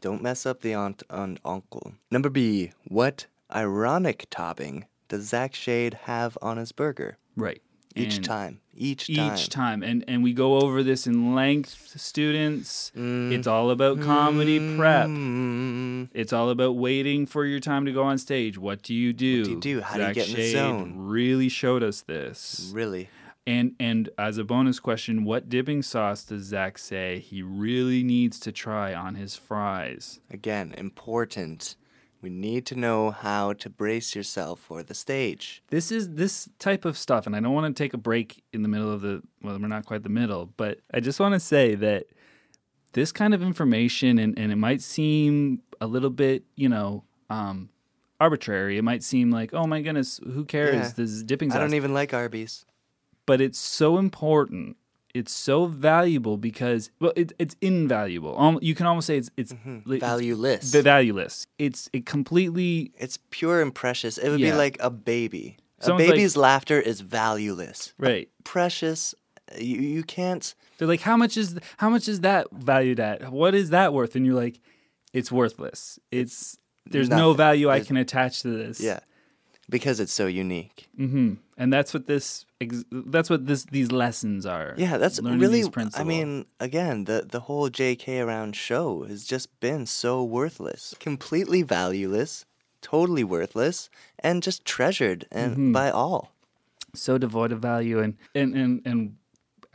Speaker 1: Don't mess up the aunt and uncle. Number B, what ironic topping does Zach Shade have on his burger?
Speaker 2: Right.
Speaker 1: Each
Speaker 2: And
Speaker 1: time. Each time.
Speaker 2: Each time. And and we go over this in length, students.
Speaker 1: Mm-hmm.
Speaker 2: It's all about comedy prep.
Speaker 1: Mm,
Speaker 2: It's all about waiting for your time to go on stage. What do you do? What
Speaker 1: do you do? How do you get in the zone?
Speaker 2: Really showed us this.
Speaker 1: really?
Speaker 2: And and as a bonus question, what dipping sauce does Zach say he really needs to try on his fries?
Speaker 1: Again, important. We need to know how to brace yourself for the stage.
Speaker 2: this is this type of stuff and i don't want to take a break in the middle of the well we're not quite the middle but i just want to say that this kind of information and, and it might seem a little bit you know um arbitrary it might seem like oh my goodness who cares
Speaker 1: Yeah.
Speaker 2: this is dipping sauce
Speaker 1: I don't even like Arby's.
Speaker 2: but it's so important. It's so valuable because well, it, it's invaluable. Um, you can almost say it's it's
Speaker 1: Mm-hmm.
Speaker 2: li- it's
Speaker 1: Valueless.
Speaker 2: The valueless. It's it completely
Speaker 1: It's pure and precious. It would
Speaker 2: Yeah.
Speaker 1: be like a baby.
Speaker 2: Someone's
Speaker 1: a
Speaker 2: like-
Speaker 1: baby's laughter is valueless.
Speaker 2: right.
Speaker 1: Precious. You, you can't.
Speaker 2: They're like, how much is how much is that valued at? What is that worth? And you're like, it's worthless. It's there's no
Speaker 1: nothing.
Speaker 2: value I
Speaker 1: There's-
Speaker 2: can attach to this.
Speaker 1: Yeah. Because it's so unique.
Speaker 2: hmm And that's what this ex- that's what this these lessons are.
Speaker 1: Yeah, that's
Speaker 2: Learning
Speaker 1: really.
Speaker 2: these
Speaker 1: I
Speaker 2: principles.
Speaker 1: mean, again, the the whole J.K. around show has just been so worthless, completely valueless, totally worthless, and just treasured and
Speaker 2: Mm-hmm.
Speaker 1: by all.
Speaker 2: so devoid of value and and and and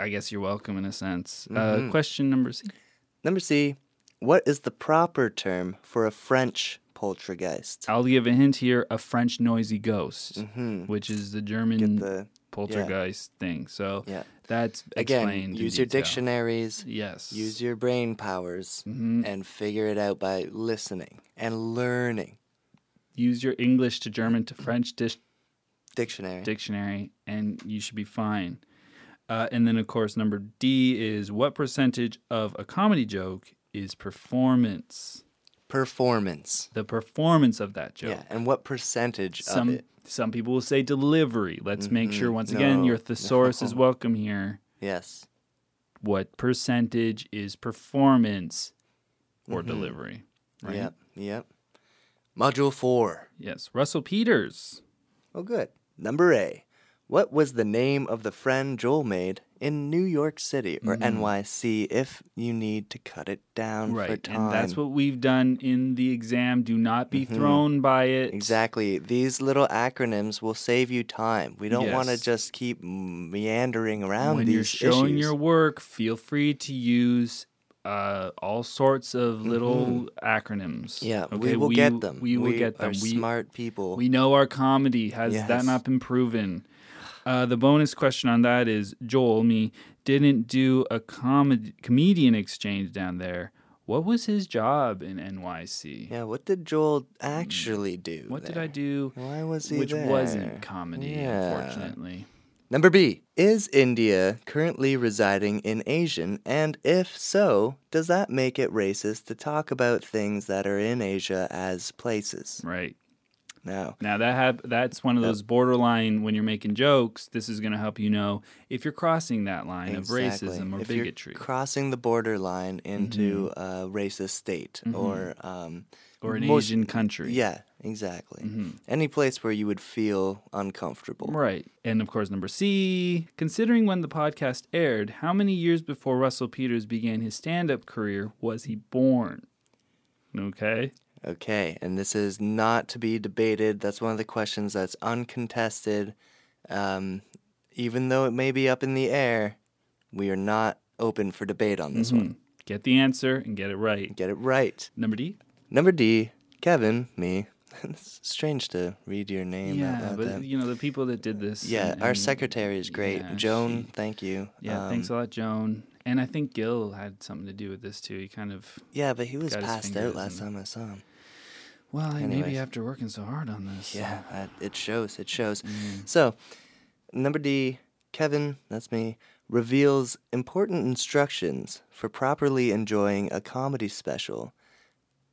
Speaker 2: I guess you're welcome in a sense.
Speaker 1: Mm-hmm.
Speaker 2: Uh, question number six.
Speaker 1: Number C, what is the proper term for a French poltergeist?
Speaker 2: I'll give a hint here: a French noisy ghost, which is the German
Speaker 1: Mm-hmm. the-
Speaker 2: poltergeist thing. So
Speaker 1: Yeah.
Speaker 2: that's
Speaker 1: Again,
Speaker 2: explained in
Speaker 1: use your
Speaker 2: detail.
Speaker 1: dictionaries.
Speaker 2: Yes.
Speaker 1: Use your brain powers
Speaker 2: Mm-hmm.
Speaker 1: and figure it out by listening and learning.
Speaker 2: use your English to German to French dis-
Speaker 1: Dictionary.
Speaker 2: dictionary, and you should be fine. Uh, and then, of course, number D is what percentage of a comedy joke is performance?
Speaker 1: performance.
Speaker 2: the performance of that joke.
Speaker 1: Yeah, and what percentage
Speaker 2: some
Speaker 1: of it? Mm-hmm.
Speaker 2: some people will say delivery. Let's make sure once again your
Speaker 1: No,
Speaker 2: thesaurus is
Speaker 1: no.
Speaker 2: welcome here.
Speaker 1: Yes.
Speaker 2: What percentage is performance or delivery?
Speaker 1: Mm-hmm.
Speaker 2: Right.
Speaker 1: Yep. Yep. Module four.
Speaker 2: Yes. Russell Peters.
Speaker 1: Oh, good. Number A. What was the name of the friend Joel made in New York City
Speaker 2: Mm-hmm.
Speaker 1: or NYC if you need to cut it down um, for
Speaker 2: Right.
Speaker 1: time? Mm-hmm.
Speaker 2: And that's what we've done in the exam. Do not be thrown by it.
Speaker 1: Exactly. These little acronyms will save you time. We don't want to
Speaker 2: Yes.
Speaker 1: just keep meandering around
Speaker 2: When
Speaker 1: these
Speaker 2: you're showing
Speaker 1: issues.
Speaker 2: your work, feel free to use uh, all sorts of little acronyms.
Speaker 1: Mm-hmm. yeah,
Speaker 2: Okay,
Speaker 1: we will get them.
Speaker 2: We will
Speaker 1: We
Speaker 2: get them.
Speaker 1: Are
Speaker 2: We-
Speaker 1: smart people.
Speaker 2: We know our comedy. Has that
Speaker 1: Yes.
Speaker 2: not been proven? Uh, the bonus question on that is Joel, me, didn't do a com- comedian exchange down there. What was his job in NYC?
Speaker 1: yeah. What did Joel actually do?
Speaker 2: Mm. what did
Speaker 1: there?
Speaker 2: I do?
Speaker 1: Why was he
Speaker 2: Which
Speaker 1: there?
Speaker 2: wasn't comedy,
Speaker 1: Yeah.
Speaker 2: unfortunately.
Speaker 1: Number B. Is India currently residing in Asian? And if so, does that make it racist to talk about things that are in Asia as places?
Speaker 2: Right.
Speaker 1: No.
Speaker 2: Now that hap- that's one of those borderline when you're making jokes, this is going to help you know if you're crossing that line
Speaker 1: exactly.
Speaker 2: of racism or
Speaker 1: if
Speaker 2: bigotry Mm-hmm.
Speaker 1: You're crossing the borderline into a racist state or um,
Speaker 2: or an
Speaker 1: most-
Speaker 2: Asian country.
Speaker 1: Yeah, exactly.
Speaker 2: Mm-hmm.
Speaker 1: Any place where you would feel uncomfortable.
Speaker 2: Right. And of course, number C, considering when the podcast aired, how many years before Russell Peters began his stand up career was he born? Okay.
Speaker 1: Okay, and this is not to be debated. That's one of the questions that's uncontested. Um, even though it may be up in the air, we are not open for debate on
Speaker 2: Mm-hmm.
Speaker 1: this one.
Speaker 2: Hmm. Get the answer and get it right.
Speaker 1: Get it right.
Speaker 2: Number D?
Speaker 1: Number D, Kevin, me. it's strange to read your name out
Speaker 2: Yeah,
Speaker 1: loud.
Speaker 2: but
Speaker 1: that-
Speaker 2: you know, the people that did this.
Speaker 1: yeah,
Speaker 2: and-
Speaker 1: our
Speaker 2: and-
Speaker 1: secretary is great.
Speaker 2: yeah,
Speaker 1: Joan, thank you.
Speaker 2: Yeah,
Speaker 1: Um,
Speaker 2: thanks a lot, Joan. And I think Gil had something to do with this too. He kind of,
Speaker 1: Yeah, but he was
Speaker 2: Got his
Speaker 1: passed
Speaker 2: fingers
Speaker 1: out last
Speaker 2: in-
Speaker 1: time I saw him.
Speaker 2: well, I- maybe
Speaker 1: Anyways.
Speaker 2: after working so hard on this.
Speaker 1: Yeah, I, it shows. It shows.
Speaker 2: Mm.
Speaker 1: So, number D, Kevin, that's me, reveals important instructions for properly enjoying a comedy special.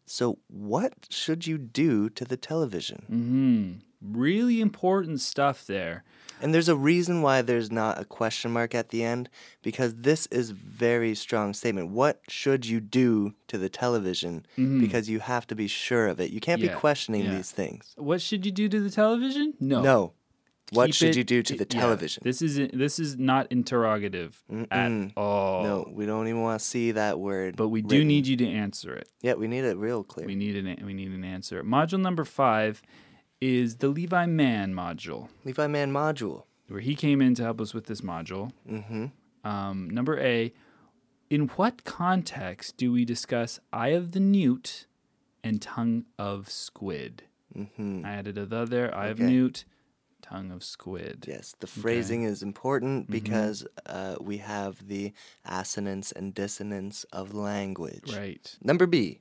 Speaker 1: So, what should you do to the television?
Speaker 2: hmm Really important stuff there.
Speaker 1: And there's a reason why there's not a question mark at the end because this is very strong statement. What should you do to the television? Because you have to be sure of it. You can't
Speaker 2: Mm-hmm. Yeah,
Speaker 1: be questioning
Speaker 2: yeah.
Speaker 1: these things.
Speaker 2: What should you do to the television?
Speaker 1: No. What
Speaker 2: keep
Speaker 1: should
Speaker 2: it-
Speaker 1: you do to
Speaker 2: it-
Speaker 1: the
Speaker 2: yeah.
Speaker 1: television?
Speaker 2: This is this is not interrogative at all.
Speaker 1: No, we don't even want to see that word.
Speaker 2: Oh. But we do
Speaker 1: written.
Speaker 2: need you to answer it.
Speaker 1: Yeah, we need it real clear.
Speaker 2: We need an we need an answer. Module number five is the Levi Mann module,
Speaker 1: Levi Man module.
Speaker 2: where he came in to help us with this module. Mm-hmm. Um, number A, in what context do we discuss eye of the newt and tongue of squid? Mm-hmm. I added a the there. Eye of
Speaker 1: Hmm. Okay.
Speaker 2: newt, tongue of squid.
Speaker 1: Yes, the phrasing is important
Speaker 2: Mm-hmm.
Speaker 1: because uh, we have the assonance and dissonance of language.
Speaker 2: Right.
Speaker 1: Number B.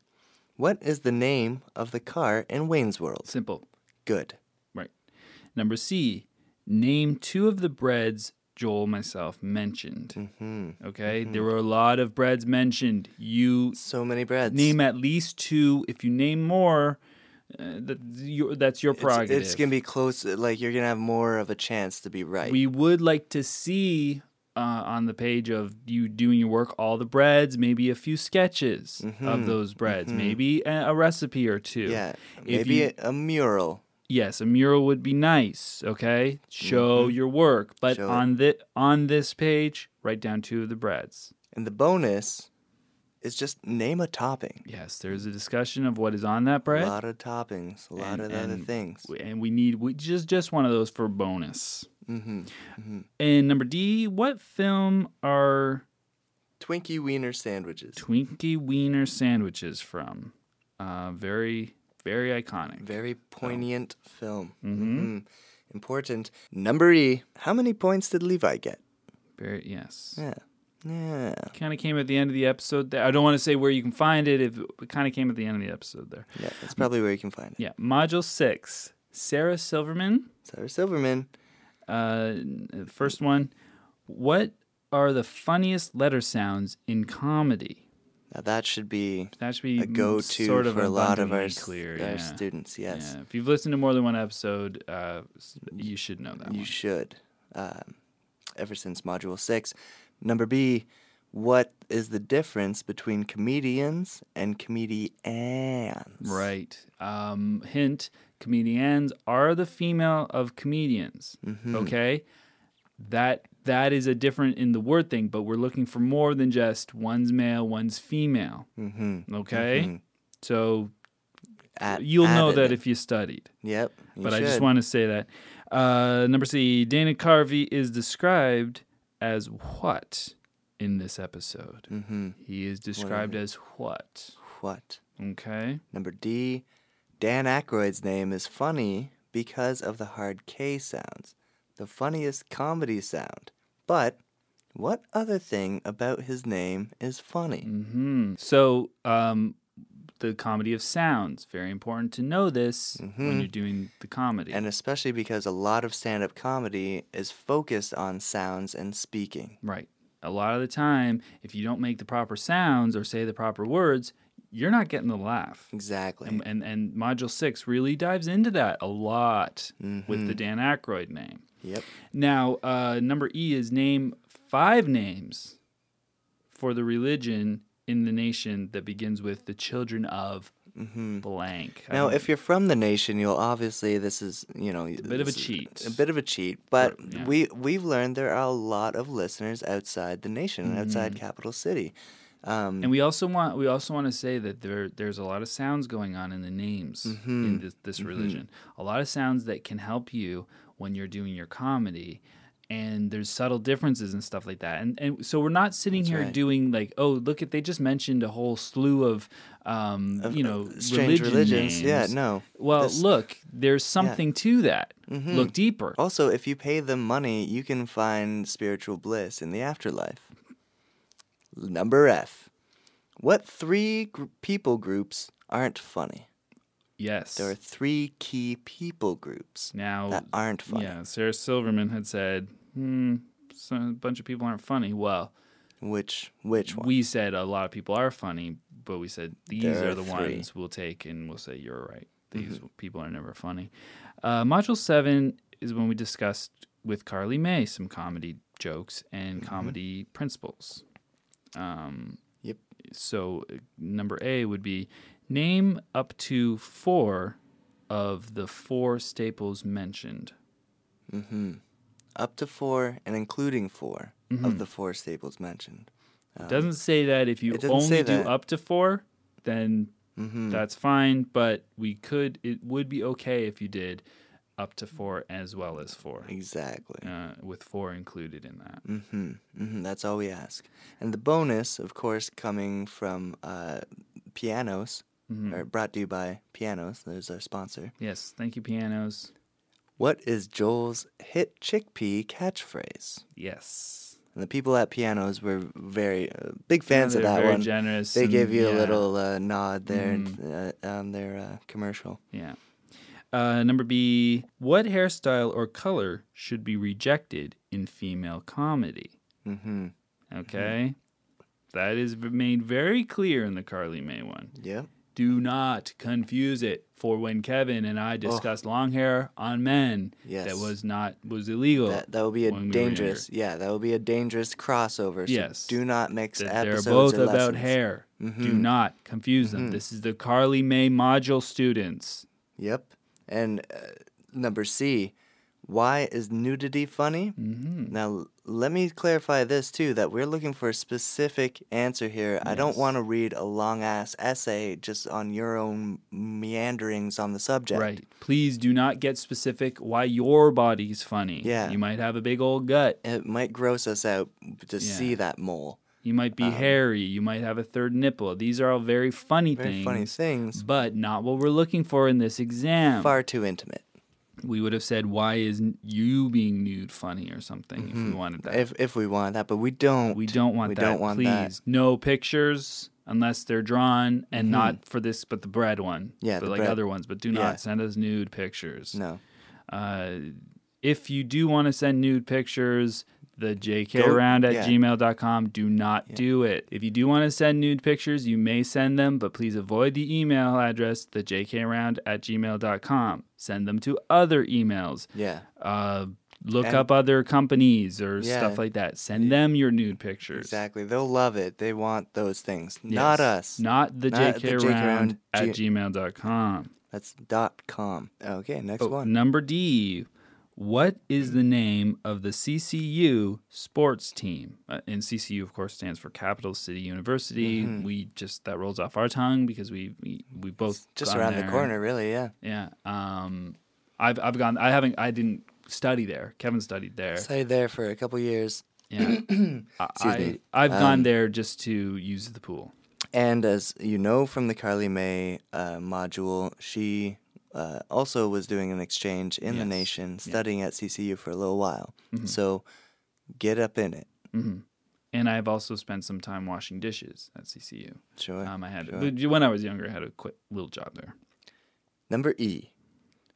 Speaker 1: What is the name of the car in Wayne's World?
Speaker 2: Simple.
Speaker 1: Good.
Speaker 2: Right. Number C, name two of the breads Joel myself mentioned.
Speaker 1: Hmm. Mm-hmm.
Speaker 2: Okay, there were a lot of breads mentioned. You
Speaker 1: So many breads.
Speaker 2: name at least two. If you name more, uh, that your that's your
Speaker 1: it's,
Speaker 2: prerogative.
Speaker 1: it's gonna be close. Like you're gonna have more of a chance to be right.
Speaker 2: we would like to see. Uh, on the page of you doing your work, all the breads, maybe a few sketches of those breads, maybe a, a recipe or two.
Speaker 1: Mm-hmm. yeah.
Speaker 2: If
Speaker 1: Maybe
Speaker 2: you-
Speaker 1: a, a mural.
Speaker 2: yes, a mural would be nice. Okay, show your work, but
Speaker 1: Mm-hmm. Show it.
Speaker 2: on the on this page, write down two of the breads.
Speaker 1: And the bonus is just name a topping.
Speaker 2: Yes, there's a discussion of what is on that
Speaker 1: A
Speaker 2: bread,
Speaker 1: lot of toppings. A lot
Speaker 2: And-
Speaker 1: of other
Speaker 2: and
Speaker 1: things.
Speaker 2: and we need we just just one of those for bonus.
Speaker 1: Mm-hmm.
Speaker 2: And number D, what film are
Speaker 1: Twinkie wiener sandwiches.
Speaker 2: Twinkie Wiener sandwiches from? Uh, very very iconic.
Speaker 1: Very poignant film.
Speaker 2: Mm-hmm.
Speaker 1: Mhm. Important. Number E. How many points did Levi get?
Speaker 2: Very yes.
Speaker 1: Yeah. Yeah.
Speaker 2: Kind of came at the end of the episode. There. I don't want to say where you can find it. If it kind of came at the end of the episode there.
Speaker 1: Yeah. That's probably where you can find it.
Speaker 2: Yeah, Module Six. Sarah Silverman.
Speaker 1: Sarah Silverman.
Speaker 2: Uh, the first one. What are the funniest letter sounds in comedy?
Speaker 1: Now that should be
Speaker 2: That should be
Speaker 1: a go-to
Speaker 2: sort of
Speaker 1: for a lot of our,
Speaker 2: abundantly
Speaker 1: s-
Speaker 2: clear.
Speaker 1: our
Speaker 2: yeah.
Speaker 1: students. Yes,
Speaker 2: Yeah. If you've listened to more than one episode, uh, s- you should know that
Speaker 1: you
Speaker 2: one.
Speaker 1: should. Um, ever since module six, number B, what is the difference between comedians and comedians?
Speaker 2: Right. Um, hint: comedians are the female of comedians. Okay, that that is a different in the word thing, but we're looking for more than just one's male, one's female. Mm-hmm. Okay, so
Speaker 1: At-
Speaker 2: you'll know
Speaker 1: added.
Speaker 2: that if you studied.
Speaker 1: Yep. you
Speaker 2: But I just
Speaker 1: should.
Speaker 2: want to say that uh, number C, Dana Carvey is described as what in this episode? Mm-hmm. He is described as what?
Speaker 1: what
Speaker 2: Okay.
Speaker 1: number D. Dan Aykroyd's name is funny because of the hard K sounds, the funniest comedy sound. But what other thing about his name is funny?
Speaker 2: Hmm. So, um, the comedy of sounds. Very important to know this when you're doing the comedy.
Speaker 1: Mm-hmm. And especially because a lot of stand up comedy is focused on sounds and speaking.
Speaker 2: right. A lot of the time, if you don't make the proper sounds or say the proper words, you're not getting the laugh.
Speaker 1: Exactly.
Speaker 2: And, and and module six really dives into that a lot with
Speaker 1: Mm-hmm.
Speaker 2: the Dan Aykroyd name.
Speaker 1: yep.
Speaker 2: Now, uh, number E is name five names for the religion in the nation that begins with the children of blank. I
Speaker 1: Mm-hmm. Mm. Now,
Speaker 2: don't-
Speaker 1: if you're from the nation, you'll obviously this is you know a
Speaker 2: bit of a cheat.
Speaker 1: a bit of a cheat. But
Speaker 2: yeah.
Speaker 1: we we've learned there are a lot of listeners outside the nation, outside
Speaker 2: Mm-hmm.
Speaker 1: capital city. Um,
Speaker 2: and we also want we also want to say that there there's a lot of sounds going on in the names
Speaker 1: Mm-hmm.
Speaker 2: in this, this religion. A lot of sounds that can help you when you're doing your comedy. And there's subtle differences and stuff like that. And and so we're not sitting here
Speaker 1: right.
Speaker 2: doing like, oh, look at they just mentioned a whole slew of, um, you know,
Speaker 1: uh, strange
Speaker 2: religion
Speaker 1: religions. Yeah,
Speaker 2: names.
Speaker 1: no.
Speaker 2: Well,
Speaker 1: This- Mm-hmm.
Speaker 2: look, there's something to that. Look deeper.
Speaker 1: Also, if you pay them money, you can find spiritual bliss in the afterlife. Number F. What three gr- people groups aren't funny?
Speaker 2: Yes.
Speaker 1: There are three key people groups
Speaker 2: now
Speaker 1: that aren't funny.
Speaker 2: Oh, Yeah, Sarah Silverman had said, hmm, so a bunch of people aren't funny. Well,
Speaker 1: Which which one?
Speaker 2: we said a lot of people are funny, but we said these
Speaker 1: There
Speaker 2: are,
Speaker 1: are
Speaker 2: the
Speaker 1: three.
Speaker 2: ones we'll take and we'll say you're right. These people are never funny. Uh, module seven is when we discussed with Carly May some comedy jokes and comedy principles. Um,
Speaker 1: yep.
Speaker 2: So uh, number A would be name up to four of the four staples mentioned.
Speaker 1: Up to four and including 4 of the four staples mentioned.
Speaker 2: It doesn't say that if you
Speaker 1: Um, It doesn't
Speaker 2: only
Speaker 1: say
Speaker 2: do
Speaker 1: that. Mm-hmm.
Speaker 2: up to four, then that's fine. But we could, it would be okay if you did up to four as well as four,
Speaker 1: Exactly.
Speaker 2: uh, with four included in that.
Speaker 1: hmm that's all we ask. And the bonus, of course, coming from uh, Pianos, or brought to you by Pianos, there's our sponsor.
Speaker 2: Yes, thank you, pianos.
Speaker 1: What is Joel's hit chickpea catchphrase?
Speaker 2: Yes,
Speaker 1: And the people at Pianos were very uh, big fans
Speaker 2: they're
Speaker 1: of that
Speaker 2: very
Speaker 1: one.
Speaker 2: generous.
Speaker 1: They
Speaker 2: and-
Speaker 1: gave you a
Speaker 2: yeah, Mm.
Speaker 1: little uh, nod there uh, on their uh, commercial.
Speaker 2: Yeah. Uh, number B, what hairstyle or color should be rejected in female comedy?
Speaker 1: Mm-hmm.
Speaker 2: Okay. That is v- made very clear in the Carly May one.
Speaker 1: Yep.
Speaker 2: Do not confuse it for when Kevin and I discussed long hair on men
Speaker 1: Yes.
Speaker 2: that was not was illegal.
Speaker 1: That, that would be a
Speaker 2: when we were
Speaker 1: dangerous, yeah, that would be a dangerous crossover. So
Speaker 2: Yes.
Speaker 1: do not mix
Speaker 2: that they're
Speaker 1: episodes
Speaker 2: both
Speaker 1: or
Speaker 2: about
Speaker 1: lessons. Mm-hmm.
Speaker 2: hair. Do not confuse them. This is the Carly May module students.
Speaker 1: Yep. And uh, number C, why is nudity funny? Mm-hmm. Now, l- let me clarify this too that we're looking for a specific answer here. I don't want to read a long ass essay just on your own meanderings on the subject.
Speaker 2: Right. Please do not get specific why your body's funny.
Speaker 1: Yeah.
Speaker 2: You might have a big old gut.
Speaker 1: It might gross us out to see that mole.
Speaker 2: You might
Speaker 1: Um,
Speaker 2: be hairy. You might have a third nipple. These are all very funny
Speaker 1: Very
Speaker 2: things.
Speaker 1: funny things,
Speaker 2: But not what we're looking for in this exam.
Speaker 1: far too intimate.
Speaker 2: we would have said, "Why isn't you being nude funny?" or something if we wanted that.
Speaker 1: If, if we want that, but we don't.
Speaker 2: we don't want
Speaker 1: Mm-hmm. we
Speaker 2: that.
Speaker 1: don't want
Speaker 2: Please,
Speaker 1: that.
Speaker 2: no pictures unless they're drawn, and not for this, but the bread one.
Speaker 1: Mm-hmm. Yeah,
Speaker 2: but
Speaker 1: the
Speaker 2: like
Speaker 1: bread-
Speaker 2: other ones. But do
Speaker 1: Yeah.
Speaker 2: not send us nude pictures.
Speaker 1: No.
Speaker 2: Uh, if you do want to send nude pictures, the
Speaker 1: Go-
Speaker 2: jkround at
Speaker 1: yeah.
Speaker 2: gmail.com. Do not do it. If you do want to send nude pictures, you may send them, but please avoid the email address, the jkround at gmail.com. Send them to other emails.
Speaker 1: Yeah.
Speaker 2: Uh, look
Speaker 1: And-
Speaker 2: up other companies or
Speaker 1: Yeah.
Speaker 2: stuff like that. Send them your nude pictures.
Speaker 1: Exactly. They'll love it. They want those things. Not
Speaker 2: Yes.
Speaker 1: us.
Speaker 2: Not the
Speaker 1: Not the
Speaker 2: jkround
Speaker 1: jkround
Speaker 2: at gmail.com.
Speaker 1: That's dot com. Okay, next
Speaker 2: Oh,
Speaker 1: one.
Speaker 2: Number D. What is the name of the CCU sports team? Uh, and CCU, of course, stands for Capital City University.
Speaker 1: Mm-hmm.
Speaker 2: We just that rolls off our tongue because we we, we both
Speaker 1: Just
Speaker 2: gone
Speaker 1: around
Speaker 2: there.
Speaker 1: the corner, really, yeah.
Speaker 2: Yeah. Um, I've I've gone. I haven't. I didn't study there. Kevin studied there.
Speaker 1: Stayed there for a couple years.
Speaker 2: Yeah. I,
Speaker 1: me. Um,
Speaker 2: I, have gone there just to use the pool.
Speaker 1: And as you know from the Carly May uh, module, she uh, also was doing an exchange in the
Speaker 2: Yes. Mm-hmm.
Speaker 1: nation, studying at CCU for a little while. So get up in it.
Speaker 2: And I've also spent some time washing dishes at CCU.
Speaker 1: Sure.
Speaker 2: Um, I had when I was younger, I had a quick little job there.
Speaker 1: Number E.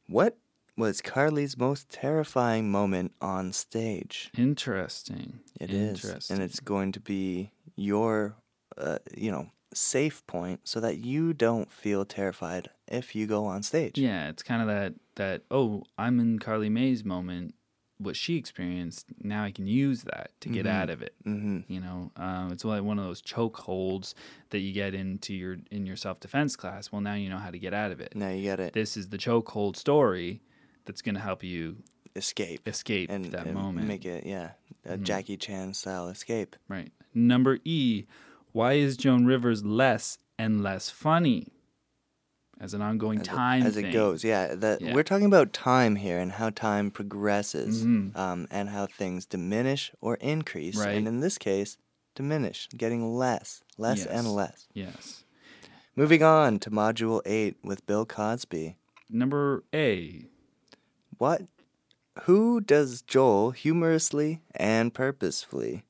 Speaker 1: What was Carly's most terrifying moment on stage?
Speaker 2: Interesting.
Speaker 1: It is,
Speaker 2: Interesting.
Speaker 1: and it's going to be your, uh, you know, safe point so that you don't feel terrified if you go on stage.
Speaker 2: yeah, it's kind of that that oh, I'm in Carly Mae's moment. What she experienced, now I can use that to get out of it.
Speaker 1: Mm-hmm.
Speaker 2: You know, um, it's like one of those choke holds that you get into your in your self defense class. Well, now you know how to get out of it.
Speaker 1: Now you got to
Speaker 2: This is the choke hold story that's going to help you
Speaker 1: escape
Speaker 2: escape
Speaker 1: and,
Speaker 2: that
Speaker 1: and
Speaker 2: moment. Hmm.
Speaker 1: make it, yeah, a Jackie Chan style escape.
Speaker 2: right. Number E. Why is Joan Rivers less and less funny? As an ongoing time
Speaker 1: as
Speaker 2: thing.
Speaker 1: it goes. Yeah, that
Speaker 2: Yeah.
Speaker 1: we're talking about time here and how time progresses, um, and how things diminish or increase.
Speaker 2: Mm-hmm. Right.
Speaker 1: And in this case, diminish, getting less, less
Speaker 2: Yes.
Speaker 1: and less.
Speaker 2: Yes.
Speaker 1: Moving on to Module Eight with Bill Cosby.
Speaker 2: Number A.
Speaker 1: What? Who does Joel humorously and purposefully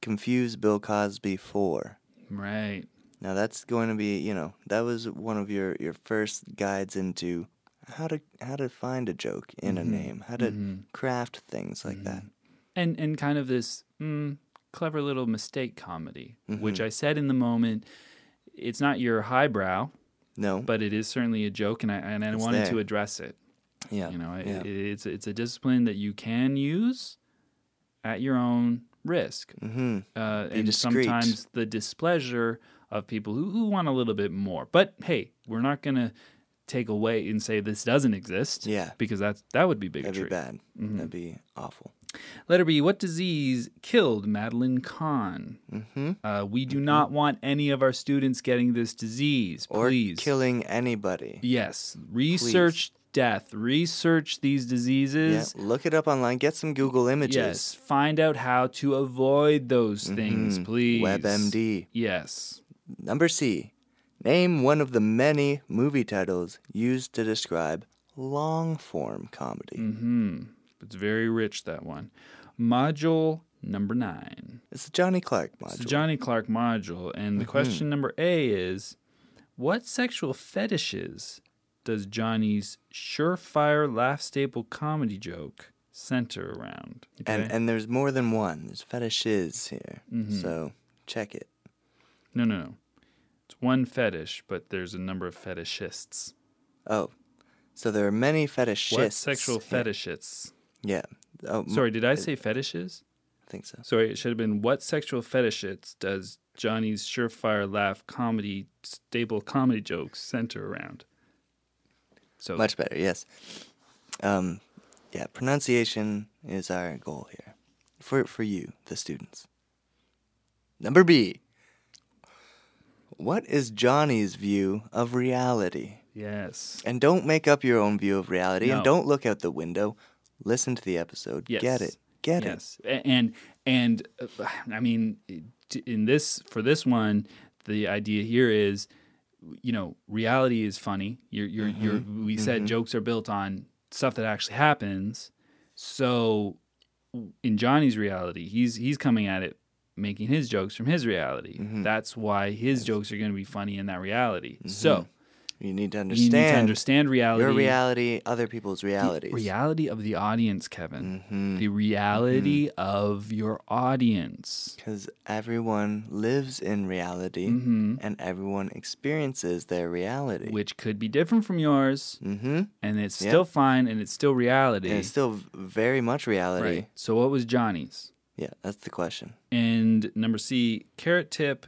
Speaker 1: confuse Bill Cosby for?
Speaker 2: Right.
Speaker 1: Now that's going to be, you know, that was one of your your first guides into how to how to find a joke in
Speaker 2: Mm-hmm.
Speaker 1: a name, how to craft things like that.
Speaker 2: And and kind of this mm, clever little mistake comedy,
Speaker 1: Mm-hmm.
Speaker 2: which I said in the moment, it's not your highbrow,
Speaker 1: No,
Speaker 2: but it is certainly a joke, and I and I wanted to
Speaker 1: there.
Speaker 2: address it.
Speaker 1: yeah,
Speaker 2: You know, it,
Speaker 1: yeah.
Speaker 2: it's it's a discipline that you can use at your own risk, mm-hmm. uh, and
Speaker 1: discreet.
Speaker 2: sometimes the displeasure of people who who want a little bit more. But hey, we're not gonna take away and say this doesn't exist.
Speaker 1: Yeah.
Speaker 2: because that's that would be
Speaker 1: that'd
Speaker 2: bigotry.
Speaker 1: be bad.
Speaker 2: Mm-hmm.
Speaker 1: That'd be awful.
Speaker 2: Letter B, what disease killed Madeline Kahn?
Speaker 1: Mm-hmm.
Speaker 2: Uh, we do not want any of our students getting this disease.
Speaker 1: Or
Speaker 2: Please.
Speaker 1: killing anybody.
Speaker 2: yes. Research death. Research these
Speaker 1: Yeah,
Speaker 2: diseases.
Speaker 1: look it up online. Get some Google images. Mm.
Speaker 2: Yes. Find out how to avoid those things, please.
Speaker 1: Mm-hmm. WebMD.
Speaker 2: Yes.
Speaker 1: Number C. Name one of the many movie titles used to describe long form comedy.
Speaker 2: Hmm. It's very rich, that one. Module number nine.
Speaker 1: It's the Johnny Clark module. Mm-hmm.
Speaker 2: It's the Johnny Clark module. And the question number A is what sexual fetishes does Johnny's surefire laugh staple comedy joke center around?
Speaker 1: and
Speaker 2: Okay? Mm-hmm.
Speaker 1: and there's more than one. There's fetishes here, so check it.
Speaker 2: no, no, no. It's one fetish, but there's a number of fetishists.
Speaker 1: Oh, so there are many fetishists.
Speaker 2: What sexual
Speaker 1: here.
Speaker 2: fetishists?
Speaker 1: Yeah. Oh, m-
Speaker 2: Sorry, did I say fetishes?
Speaker 1: I think so.
Speaker 2: Sorry, it should have been what sexual fetishes does Johnny's surefire laugh comedy staple comedy jokes center around? So
Speaker 1: Much better. Yes. Um, yeah. Pronunciation is our goal here, for for you, the students. Number B. What is Johnny's view of reality?
Speaker 2: yes.
Speaker 1: And don't make up your own view of reality,
Speaker 2: No.
Speaker 1: and don't look out the window. Listen to the episode.
Speaker 2: Yes.
Speaker 1: Get it. Get it.
Speaker 2: yes. A- And and uh, I mean, t- in this for this one, the idea here is, you know, reality is funny. You're you're
Speaker 1: Mm-hmm.
Speaker 2: you're. We said jokes are built on stuff that actually happens. So, in Johnny's reality, he's he's coming at it making his
Speaker 1: Mm-hmm.
Speaker 2: jokes from his reality. That's why his jokes are going to be funny in that reality. So,
Speaker 1: You need to
Speaker 2: You
Speaker 1: Mm-hmm. understand,
Speaker 2: need to understand reality.
Speaker 1: your reality, other people's realities. Mm-hmm.
Speaker 2: Reality of the audience, Kevin. The reality of your audience.
Speaker 1: Because everyone lives in reality
Speaker 2: Mm-hmm.
Speaker 1: and everyone experiences their reality.
Speaker 2: Which could be different from yours,
Speaker 1: mm-hmm.
Speaker 2: and it's still fine, and it's still reality.
Speaker 1: And it's still v- very much reality.
Speaker 2: right. So, what was Johnny's?
Speaker 1: Yeah, that's the question.
Speaker 2: And number C, carrot tip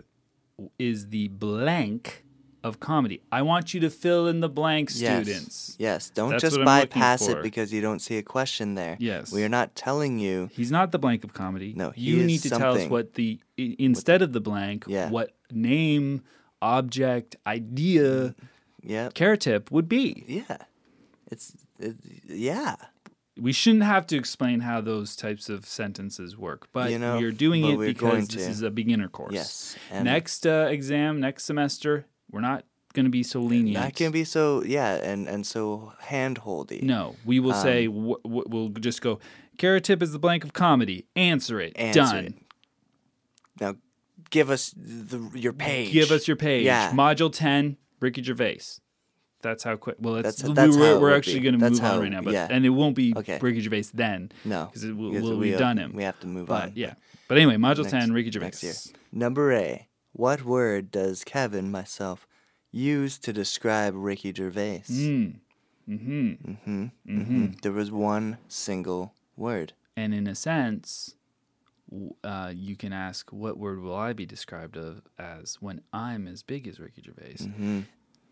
Speaker 2: is the blank of comedy. I want you to fill in the blank,
Speaker 1: Yes.
Speaker 2: students.
Speaker 1: Yes. Don't
Speaker 2: That's
Speaker 1: just
Speaker 2: what I'm looking
Speaker 1: bypass it
Speaker 2: for.
Speaker 1: because you don't see a question there.
Speaker 2: Yes.
Speaker 1: We are not telling you.
Speaker 2: He's not the blank of comedy.
Speaker 1: No, he
Speaker 2: you
Speaker 1: is
Speaker 2: need to tell us
Speaker 1: something.
Speaker 2: what the i- instead of the blank,
Speaker 1: Yeah.
Speaker 2: what name, object, idea,
Speaker 1: Mm-hmm. Yeah.
Speaker 2: carrot tip would be.
Speaker 1: Yeah. It's, it, yeah.
Speaker 2: We shouldn't have to explain how those types of sentences work, but
Speaker 1: You know,
Speaker 2: we're doing
Speaker 1: but
Speaker 2: it
Speaker 1: we're
Speaker 2: because
Speaker 1: going
Speaker 2: this
Speaker 1: to.
Speaker 2: is a beginner course.
Speaker 1: Yes. And
Speaker 2: Next uh, exam, next semester, we're not going to be so lenient.
Speaker 1: That can be so, yeah, and, and so hand holdy.
Speaker 2: No, we will say
Speaker 1: um,
Speaker 2: w- w- we'll just go. Carrot tip is the blank of comedy. Answer it.
Speaker 1: Answer
Speaker 2: Done.
Speaker 1: it. Now, give us the, your page.
Speaker 2: Give us your page.
Speaker 1: Yeah.
Speaker 2: Module ten. Ricky Gervais. That's how quick. Well, that's,
Speaker 1: That's- that's
Speaker 2: we're,
Speaker 1: how it
Speaker 2: we're
Speaker 1: would be.
Speaker 2: actually going to
Speaker 1: That's
Speaker 2: move
Speaker 1: how-
Speaker 2: on right now, but
Speaker 1: yeah.
Speaker 2: and it won't be
Speaker 1: Okay.
Speaker 2: Ricky Gervais then.
Speaker 1: No.
Speaker 2: because we'll,
Speaker 1: because
Speaker 2: we'll,
Speaker 1: we
Speaker 2: we've
Speaker 1: have-
Speaker 2: done him.
Speaker 1: We have to move on.
Speaker 2: but yeah. But anyway, module ten. Ricky Gervais.
Speaker 1: next year. Number A. What word does Kevin, myself, use to describe Ricky Gervais?
Speaker 2: Mm. Hmm. Mm-hmm.
Speaker 1: hmm There was one single word.
Speaker 2: And in a sense, w- uh, you can ask, what word will I be described of as when I'm as big as Ricky Gervais?
Speaker 1: Mm-hmm.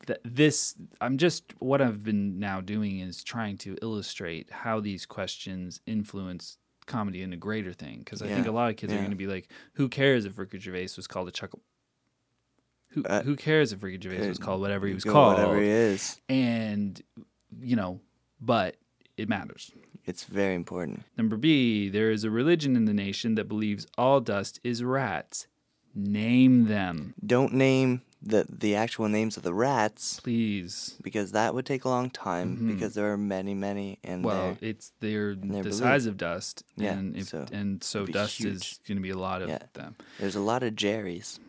Speaker 2: Th- this, I'm just, what I've been now doing is trying to illustrate how these questions influence comedy in a greater thing. Because I think
Speaker 1: Yeah,
Speaker 2: a lot of kids are
Speaker 1: yeah.
Speaker 2: going to be like, who cares if Ricky Gervais was called a chuckle? Who,
Speaker 1: Uh,
Speaker 2: who cares if Ricky Gervais was called whatever he was
Speaker 1: Go
Speaker 2: called?
Speaker 1: Whatever he is,
Speaker 2: And, you know, but it matters.
Speaker 1: it's very important.
Speaker 2: Number B, there is a religion in the nation that believes all dust is rats. Name them,
Speaker 1: Don't name the the actual names of the rats
Speaker 2: please.
Speaker 1: because that would take a long time because there are many, many in
Speaker 2: Mm-hmm. Well,
Speaker 1: there.
Speaker 2: it's they're the
Speaker 1: their belief.
Speaker 2: size of dust,
Speaker 1: Yeah,
Speaker 2: and if,
Speaker 1: so
Speaker 2: and so
Speaker 1: be
Speaker 2: dust is
Speaker 1: huge.
Speaker 2: going to be a lot of
Speaker 1: Yeah.
Speaker 2: them. Hmm,
Speaker 1: There's a lot of Jerry's.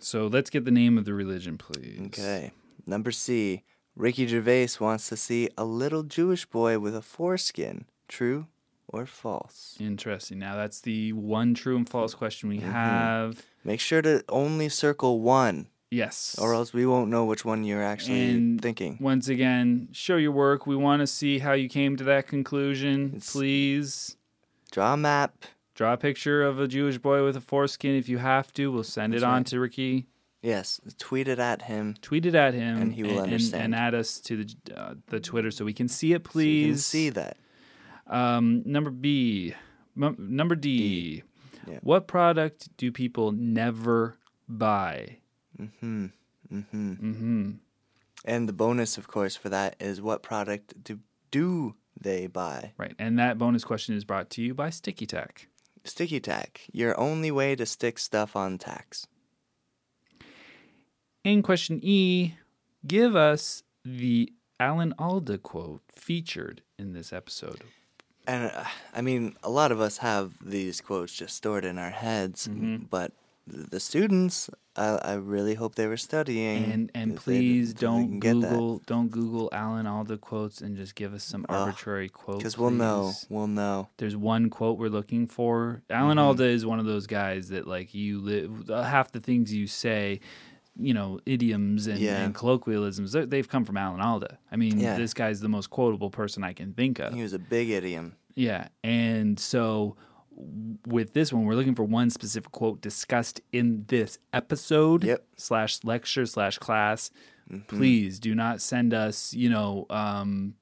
Speaker 2: So let's get the name of the religion, please.
Speaker 1: Okay. Number C. Ricky Gervais wants to see a little Jewish boy with a foreskin. True or false?
Speaker 2: Interesting. Now that's the one true and false question
Speaker 1: Mm-hmm.
Speaker 2: we have.
Speaker 1: Make sure to only circle one,
Speaker 2: Yes.
Speaker 1: or else we won't know which one you're actually
Speaker 2: And
Speaker 1: thinking.
Speaker 2: once again, show your work. We want to see how you came to that conclusion,
Speaker 1: It's-
Speaker 2: please.
Speaker 1: Draw a map.
Speaker 2: Draw a picture of a Jewish boy with a foreskin if you have to. We'll send it on to Ricky.
Speaker 1: Yes, tweet it at him.
Speaker 2: Tweet it at him,
Speaker 1: And he will understand.
Speaker 2: and, add us to the uh, the Twitter so we can see it,
Speaker 1: so you can
Speaker 2: please.
Speaker 1: see that.
Speaker 2: Um, number B, M- number D.
Speaker 1: Yeah.
Speaker 2: What product do people never buy?
Speaker 1: Mm-hmm.
Speaker 2: Mm-hmm.
Speaker 1: And the bonus, of course, for that is what product do, do they buy?
Speaker 2: Right, and that bonus question is brought to you by Sticky Tack.
Speaker 1: Sticky tack. Your only way to stick stuff on tacks.
Speaker 2: In question E, give us the Alan Alda quote featured in this episode.
Speaker 1: And uh, I mean, a lot of us have these quotes just stored in our heads,
Speaker 2: Mm-hmm.
Speaker 1: but th- the students, I, I really hope they were studying.
Speaker 2: and and
Speaker 1: 'cause they d-
Speaker 2: please
Speaker 1: so they
Speaker 2: don't
Speaker 1: can get that.
Speaker 2: Google don't Google Alan Alda quotes and just give us some arbitrary quote.
Speaker 1: Because we'll know.
Speaker 2: please.
Speaker 1: We'll know.
Speaker 2: There's one quote we're looking for. Alan
Speaker 1: Mm-hmm.
Speaker 2: Alda is one of those guys that like you live uh, half the things you say, you know, idioms and,
Speaker 1: Yeah.
Speaker 2: and colloquialisms. they're- They've come from Alan Alda. I mean,
Speaker 1: Yeah.
Speaker 2: this guy's the most quotable person I can think of.
Speaker 1: He was a big idiom.
Speaker 2: Yeah. And so w- with this one, we're looking for one specific quote discussed in this episode
Speaker 1: Yep. Mm-hmm.
Speaker 2: slash lecture slash class. Please do not send us, you know, um,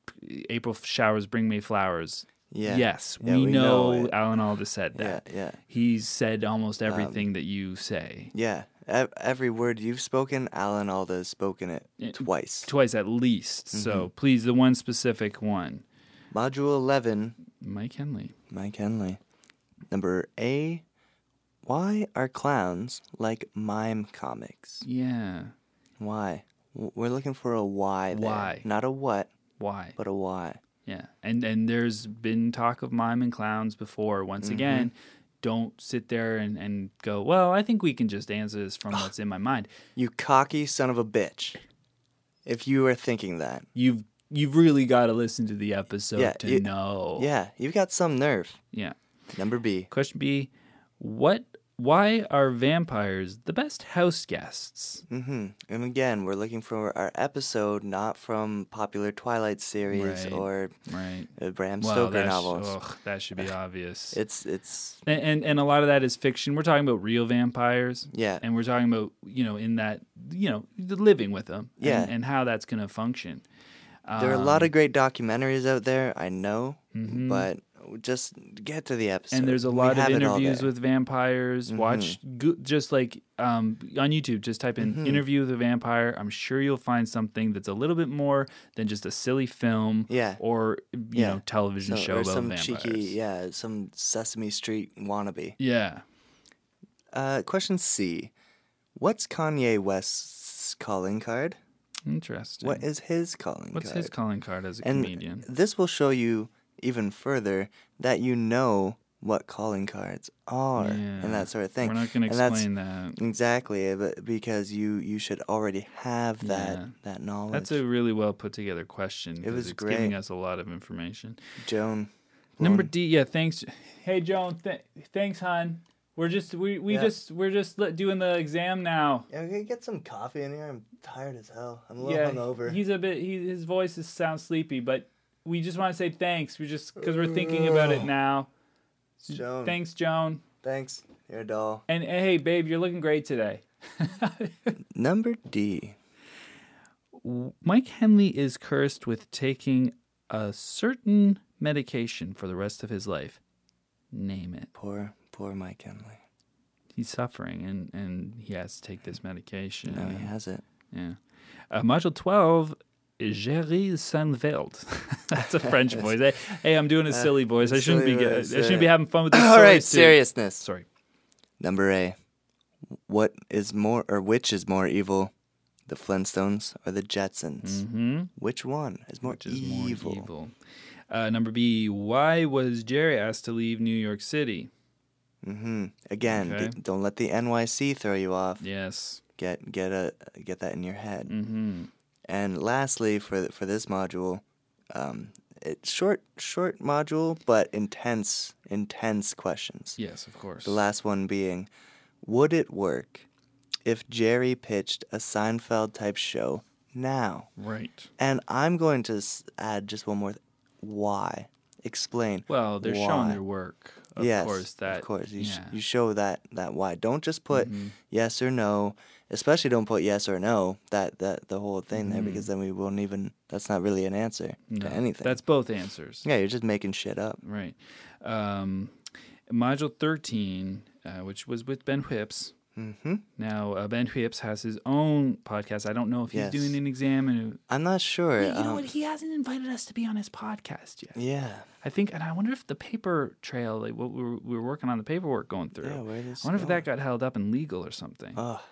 Speaker 2: April f- showers bring May flowers.
Speaker 1: Yeah.
Speaker 2: Yes,
Speaker 1: Yeah,
Speaker 2: we,
Speaker 1: we know
Speaker 2: know,
Speaker 1: it.
Speaker 2: Alan Alda said
Speaker 1: Yeah,
Speaker 2: that.
Speaker 1: yeah. Um,
Speaker 2: He said almost everything that you say
Speaker 1: Yeah. Ev- every word you've spoken, Alan Alda has spoken it twice.
Speaker 2: twice at least. So
Speaker 1: Mm-hmm.
Speaker 2: please, the one specific one,
Speaker 1: Module 11,
Speaker 2: Mike Henley.
Speaker 1: Mike Henley. Number A. Why are clowns like mime comics?
Speaker 2: Yeah.
Speaker 1: Why? W- We're looking for a why. There.
Speaker 2: Why?
Speaker 1: Not a what,
Speaker 2: Why?
Speaker 1: but a why.
Speaker 2: Yeah, and and there's been talk of mime and clowns before. Once
Speaker 1: Mm-hmm.
Speaker 2: again, don't sit there and, and go. Well, I think we can just answer this from what's in my mind.
Speaker 1: You cocky son of a bitch. If you are thinking that,
Speaker 2: You've you've really got to listen to the episode
Speaker 1: Yeah,
Speaker 2: to
Speaker 1: you-
Speaker 2: know.
Speaker 1: yeah, you've got some nerve.
Speaker 2: Yeah.
Speaker 1: Number B.
Speaker 2: Question B: What? Why are vampires the best house guests?
Speaker 1: hmm And again, we're looking for our episode, not from popular Twilight series
Speaker 2: Right.
Speaker 1: or
Speaker 2: Right.
Speaker 1: uh, Bram
Speaker 2: Well,
Speaker 1: Stoker
Speaker 2: that sh-
Speaker 1: novels.
Speaker 2: ugh, that should be obvious.
Speaker 1: It's it's
Speaker 2: and, and and a lot of that is fiction. We're talking about real vampires.
Speaker 1: yeah.
Speaker 2: And we're talking about you know in that you know the living with them. and-
Speaker 1: Yeah.
Speaker 2: And, how that's going to function.
Speaker 1: there are a
Speaker 2: um,
Speaker 1: lot of great documentaries out there. I know,
Speaker 2: Mhm.
Speaker 1: but just get to the episode.
Speaker 2: and there's a
Speaker 1: We
Speaker 2: lot of
Speaker 1: have it all
Speaker 2: interviews
Speaker 1: there. Mm-hmm.
Speaker 2: with vampires. Watch go, just like um, on YouTube, just type
Speaker 1: Mm-hmm.
Speaker 2: in interview with a vampire. I'm sure you'll find something that's a little bit more than just a silly film
Speaker 1: Yeah.
Speaker 2: or you
Speaker 1: Yeah.
Speaker 2: know television
Speaker 1: So-
Speaker 2: show
Speaker 1: or
Speaker 2: about
Speaker 1: some
Speaker 2: vampires.
Speaker 1: cheeky yeah, some Sesame Street wannabe.
Speaker 2: yeah.
Speaker 1: Uh, question C: What's Kanye West's calling card?
Speaker 2: Interesting.
Speaker 1: What is his calling
Speaker 2: What's
Speaker 1: card?
Speaker 2: his calling card as a
Speaker 1: And
Speaker 2: comedian?
Speaker 1: this will show you even further that you know what calling cards are
Speaker 2: Yeah.
Speaker 1: and that sort of thing.
Speaker 2: We're not going to
Speaker 1: And that's-
Speaker 2: explain that.
Speaker 1: Exactly, but because you you should already have that
Speaker 2: Yeah.
Speaker 1: that knowledge.
Speaker 2: That's a really well put together question. 'cause
Speaker 1: was
Speaker 2: it's giving
Speaker 1: great.
Speaker 2: us a lot of information.
Speaker 1: Joan.
Speaker 2: Number D, yeah, thanks. Hey, Joan, th- thanks, hon. We're just we we
Speaker 1: Yeah.
Speaker 2: just we're just li- doing the exam now.
Speaker 1: Yeah, we get some coffee in here. I'm tired as hell. I'm a
Speaker 2: yeah, he's a bit. He, his voice is, sounds sleepy, but we just want to say thanks. We just because we're thinking about it now.
Speaker 1: Joan,
Speaker 2: Thanks, Joan.
Speaker 1: thanks. You're a doll.
Speaker 2: And hey, babe, you're looking great today.
Speaker 1: Number D.
Speaker 2: Mike Henley is cursed with taking a certain medication for the rest of his life. Name it.
Speaker 1: Poor poor Mike Henley.
Speaker 2: He's suffering, and and he has to take this medication.
Speaker 1: No, he has it.
Speaker 2: Yeah. Uh, module 12, Jerry Seinfeld. That's a French voice. Hey, hey, I'm doing a silly voice. I shouldn't be
Speaker 1: silly
Speaker 2: get, I
Speaker 1: voice,
Speaker 2: shouldn't
Speaker 1: yeah.
Speaker 2: be having fun with this.
Speaker 1: All
Speaker 2: Sorry,
Speaker 1: right,
Speaker 2: Sue.
Speaker 1: seriousness.
Speaker 2: Sorry.
Speaker 1: Number A. What is more, or which is more evil, the Flintstones or the Jetsons?
Speaker 2: hmm
Speaker 1: Which one is more,
Speaker 2: Which is
Speaker 1: evil?
Speaker 2: more evil. Uh, number B, why was Jerry asked to leave New York City?
Speaker 1: hmm Again,
Speaker 2: Okay.
Speaker 1: d- don't let the NYC throw you off.
Speaker 2: Yes.
Speaker 1: Get get a get that in your head.
Speaker 2: hmm
Speaker 1: And lastly, for th- for this module, um, it's short short module, but intense intense questions.
Speaker 2: Yes, of course.
Speaker 1: The last one being, would it work if Jerry pitched a Seinfeld type show now?
Speaker 2: right.
Speaker 1: And I'm going to s- add just one more. Th- why? Explain.
Speaker 2: Well, they're
Speaker 1: Why?
Speaker 2: showing their work. Of
Speaker 1: yes,
Speaker 2: course. That,
Speaker 1: of course. You, sh-
Speaker 2: yeah. Mm-hmm.
Speaker 1: you show that that why. Don't just put yes or no. Especially don't put yes or no. That that the whole thing there because then we won't even. That's not really an answer
Speaker 2: Mm-hmm. No,
Speaker 1: to anything.
Speaker 2: That's both answers.
Speaker 1: yeah, you're just making shit up.
Speaker 2: Right. Um, module 13, uh, which was with Ben Whipps.
Speaker 1: hmm
Speaker 2: Now, uh, Ben Whipps has his own podcast. I don't know if he's
Speaker 1: Yes.
Speaker 2: doing an exam. And,
Speaker 1: I'm not sure.
Speaker 2: Wait, you know
Speaker 1: um,
Speaker 2: what? He hasn't invited us to be on his podcast yet.
Speaker 1: Yeah.
Speaker 2: I think, and I wonder if the paper trail, like what we were, we were working on the paperwork going through,
Speaker 1: Yeah. Where
Speaker 2: I wonder if that got held up in legal or something.
Speaker 1: Oh,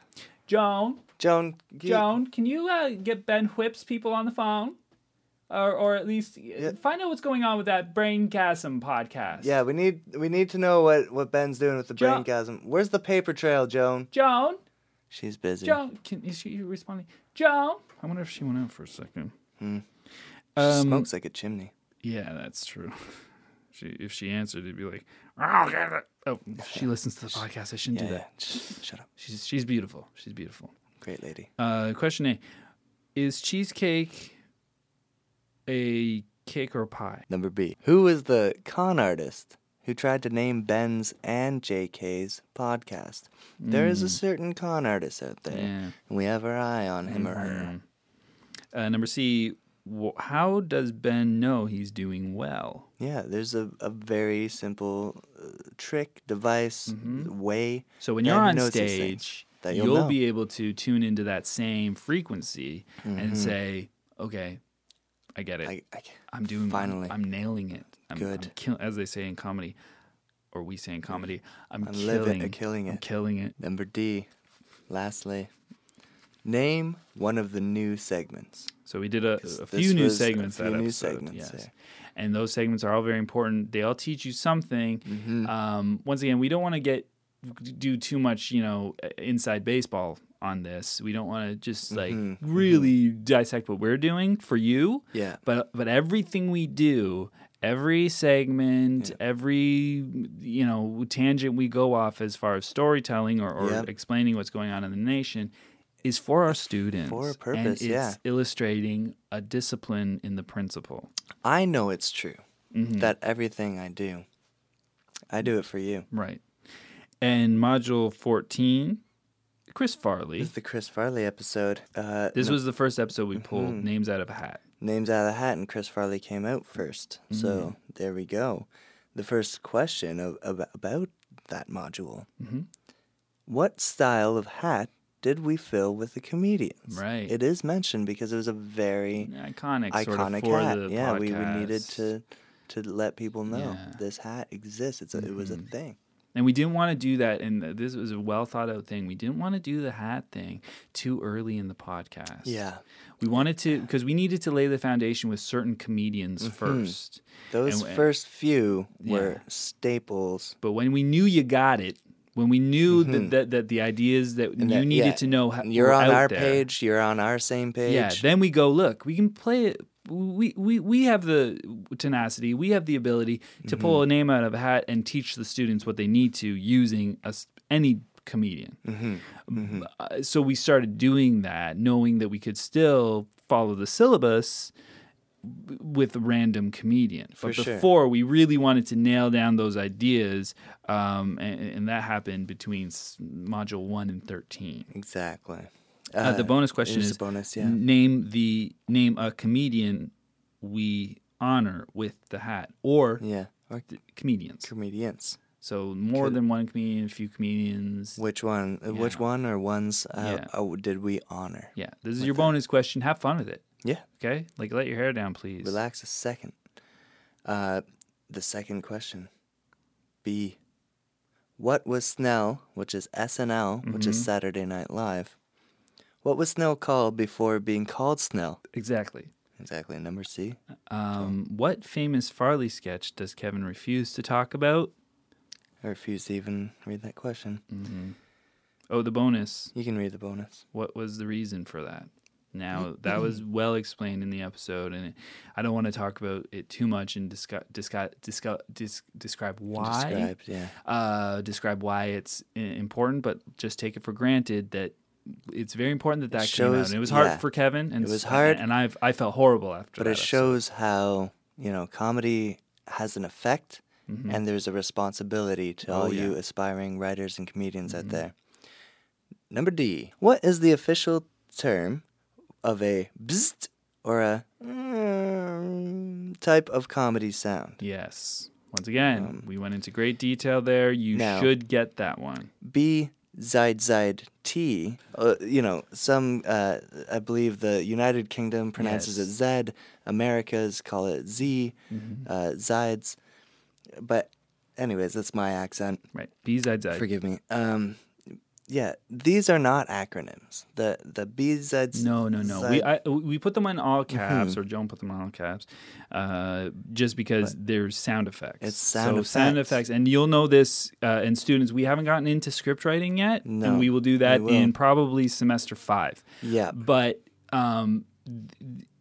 Speaker 2: Joan,
Speaker 1: Joan. you-
Speaker 2: Joan, can you uh, get Ben Whipps people on the phone? Or, or at least uh, find out what's going on with that Braingasm podcast.
Speaker 1: Yeah, we need we need to know what what Ben's doing with the
Speaker 2: Jo-
Speaker 1: brain chasm. Where's the paper trail, Joan?
Speaker 2: Joan,
Speaker 1: She's busy.
Speaker 2: Joan, can, is she responding? Joan, I wonder if she went out for a second.
Speaker 1: Hmm. She
Speaker 2: Um,
Speaker 1: smokes like a chimney.
Speaker 2: Yeah, that's true. She, if she answered, it'd be like, "I'll get it." Oh, she listens to the podcast. I shouldn't
Speaker 1: Yeah,
Speaker 2: do
Speaker 1: yeah.
Speaker 2: that.
Speaker 1: Shh, Shut up.
Speaker 2: She's she's beautiful. She's beautiful.
Speaker 1: Great lady.
Speaker 2: Uh, question A: Is cheesecake a cake or pie?
Speaker 1: Number B. Who was the con artist who tried to name Ben's and JK's podcast? There is a certain con artist out there,
Speaker 2: Yeah. Mm.
Speaker 1: and we have our eye on him or her.
Speaker 2: Uh, number C: wh- How does Ben know he's doing well?
Speaker 1: Yeah, there's a, a very simple uh, trick, device, way.
Speaker 2: So when
Speaker 1: Ben
Speaker 2: you're on
Speaker 1: knows these things
Speaker 2: stage,
Speaker 1: that
Speaker 2: you'll,
Speaker 1: you'll know.
Speaker 2: be able to tune into that same frequency and say, "Okay, I get it.
Speaker 1: Mm-hmm. I,
Speaker 2: I,
Speaker 1: I,
Speaker 2: am doing.
Speaker 1: finally.
Speaker 2: I'm nailing it. I'm,
Speaker 1: Good.
Speaker 2: I'm kill- as they say in comedy, or we say in comedy, I'm,
Speaker 1: I'm
Speaker 2: killing,
Speaker 1: living, killing
Speaker 2: I'm
Speaker 1: it.
Speaker 2: killing it.
Speaker 1: Number D. Lastly, name one of the new segments.
Speaker 2: So we did a,
Speaker 1: 'Cause
Speaker 2: a
Speaker 1: this
Speaker 2: few new
Speaker 1: was a
Speaker 2: segments that
Speaker 1: few new
Speaker 2: episode.
Speaker 1: segments,
Speaker 2: yes.
Speaker 1: yeah.
Speaker 2: And those segments are all very important. They all teach you something.
Speaker 1: Mm-hmm.
Speaker 2: Um, once again, we don't want to get do too much, you know, inside baseball on this. We don't want to just like
Speaker 1: Mm-hmm.
Speaker 2: really dissect what we're doing for you.
Speaker 1: Yeah.
Speaker 2: But but everything we do, every segment, every you know tangent we go off as far as storytelling or, or
Speaker 1: Yep.
Speaker 2: explaining what's going on in the nation is for our students
Speaker 1: For a
Speaker 2: and
Speaker 1: purpose,
Speaker 2: it's
Speaker 1: yeah.
Speaker 2: illustrating a discipline in the principle.
Speaker 1: I know it's true
Speaker 2: Mm-hmm.
Speaker 1: that everything I do, I do it for you.
Speaker 2: Right. And module 14, Chris Farley.
Speaker 1: It's the Chris Farley episode. Uh,
Speaker 2: This was the first episode we pulled
Speaker 1: Mm-hmm.
Speaker 2: names out of a hat.
Speaker 1: names out of the hat, and Chris Farley came out first. So
Speaker 2: Mm-hmm.
Speaker 1: there we go. The first question of, ab- about that module
Speaker 2: Mm-hmm.
Speaker 1: What style of hat did we fill with the comedians?
Speaker 2: Right.
Speaker 1: It is mentioned because it was a very
Speaker 2: Iconic, sort of
Speaker 1: iconic
Speaker 2: for
Speaker 1: hat.
Speaker 2: the
Speaker 1: yeah, we, we needed
Speaker 2: podcast.
Speaker 1: to to let people know
Speaker 2: Yeah. Mm-hmm.
Speaker 1: this hat exists. It's a, It was a thing.
Speaker 2: And we didn't want to do that. And this was a well thought out thing. We didn't want to do the hat thing too early in the podcast.
Speaker 1: Yeah.
Speaker 2: We wanted to, because we needed to lay the foundation with certain comedians
Speaker 1: Mm-hmm.
Speaker 2: first.
Speaker 1: Those
Speaker 2: And-
Speaker 1: first few were
Speaker 2: Yeah.
Speaker 1: staples.
Speaker 2: But when we knew you got it, when we knew that, that, that the ideas that you
Speaker 1: Mm-hmm. that-
Speaker 2: needed
Speaker 1: yeah,
Speaker 2: to know ha-
Speaker 1: You're
Speaker 2: were
Speaker 1: on
Speaker 2: out
Speaker 1: our
Speaker 2: there,
Speaker 1: page. You're on our same page.
Speaker 2: Yeah, then we go look. We can play it. We we we have the tenacity. We have the ability to pull a
Speaker 1: Mm-hmm.
Speaker 2: name out of a hat and teach the students what they need to using a s any comedian.
Speaker 1: Mm-hmm.
Speaker 2: B- uh, So we started doing that, knowing that we could still follow the syllabus w- with random comedian. But
Speaker 1: sure.
Speaker 2: before, we really wanted to nail down those ideas, um, and, and that happened between s- module one and thirteen.
Speaker 1: exactly.
Speaker 2: Uh, the bonus question
Speaker 1: it is
Speaker 2: is Mm.
Speaker 1: a bonus, yeah.
Speaker 2: name the name a comedian we honor with the hat or
Speaker 1: Yeah. Or
Speaker 2: comedians.
Speaker 1: comedians.
Speaker 2: So more than one comedian, a few comedians.
Speaker 1: Which one? uh, Which one or ones uh,
Speaker 2: Yeah.
Speaker 1: uh, did we honor?
Speaker 2: yeah, this is your bonus question. Have fun with it.
Speaker 1: Yeah.
Speaker 2: Okay, like let your hair down, please.
Speaker 1: Relax a second. Uh, the second question. B. What was Snell, which is SNL, which is Saturday Night Live? What was Snell called before being called Snell?
Speaker 2: Exactly.
Speaker 1: Exactly. Number C.
Speaker 2: Um, what famous Farley sketch does Kevin refuse to talk about?
Speaker 1: I refuse to even read that question.
Speaker 2: Oh, the bonus.
Speaker 1: You can read the bonus.
Speaker 2: What was the reason for that? Now
Speaker 1: Mm-hmm.
Speaker 2: that was well explained in the episode, and it, I don't want to talk about it too much and discuss, discuss, discuss, dis, describe why.
Speaker 1: Described, yeah.
Speaker 2: uh, describe why it's i- important, but just take it for granted that it's very important that that came out.
Speaker 1: shows-
Speaker 2: And it was hard
Speaker 1: yeah.
Speaker 2: for Kevin, and
Speaker 1: It was
Speaker 2: s-
Speaker 1: hard.
Speaker 2: and I've I felt horrible after.
Speaker 1: But it
Speaker 2: that
Speaker 1: shows how, you know, comedy has an effect
Speaker 2: Mm-hmm.
Speaker 1: and there's a responsibility
Speaker 2: Oh,
Speaker 1: to all you aspiring writers and comedians
Speaker 2: Mm-hmm.
Speaker 1: out there. Number D. What is the official term of a bzzt or a mm, type of comedy sound?
Speaker 2: episode. Yes, once again, we went into great detail there. You
Speaker 1: Um, now-
Speaker 2: should get that one.
Speaker 1: B. Zide Zide T. Uh, you know, some, uh, I believe the United Kingdom pronounces
Speaker 2: Yes.
Speaker 1: it
Speaker 2: Mm-hmm.
Speaker 1: Z, Americas call it Z, uh, Zides. But, anyways, that's my accent.
Speaker 2: Right, B-side-side.
Speaker 1: Forgive me. Um, yeah, these are not acronyms. The the BZs.
Speaker 2: No, no, no. We I, we put them in all
Speaker 1: Mm-hmm.
Speaker 2: caps, or Joan put them in all caps, uh, just because there's sound effects.
Speaker 1: It's sound
Speaker 2: so sound
Speaker 1: effects.
Speaker 2: effects, and you'll know this. Uh, and students, we haven't gotten into script writing yet,
Speaker 1: No,
Speaker 2: and we will do that
Speaker 1: we will.
Speaker 2: in probably semester five.
Speaker 1: yeah,
Speaker 2: But um,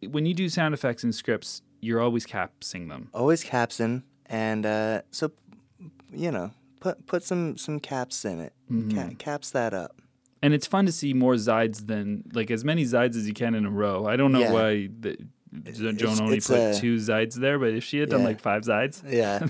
Speaker 2: th- when you do sound effects in scripts, you're always capsing them.
Speaker 1: always caps in, and uh, so you know, put put some some caps in it.
Speaker 2: Mm-hmm.
Speaker 1: Ca- caps that up.
Speaker 2: and it's fun to see more Zides than like as many Zides as you can in a row. I don't know
Speaker 1: Yeah.
Speaker 2: why the, Joan only
Speaker 1: it's
Speaker 2: put
Speaker 1: a-
Speaker 2: two Zides there, but if she had done
Speaker 1: Yeah.
Speaker 2: like five Zides,
Speaker 1: Yeah,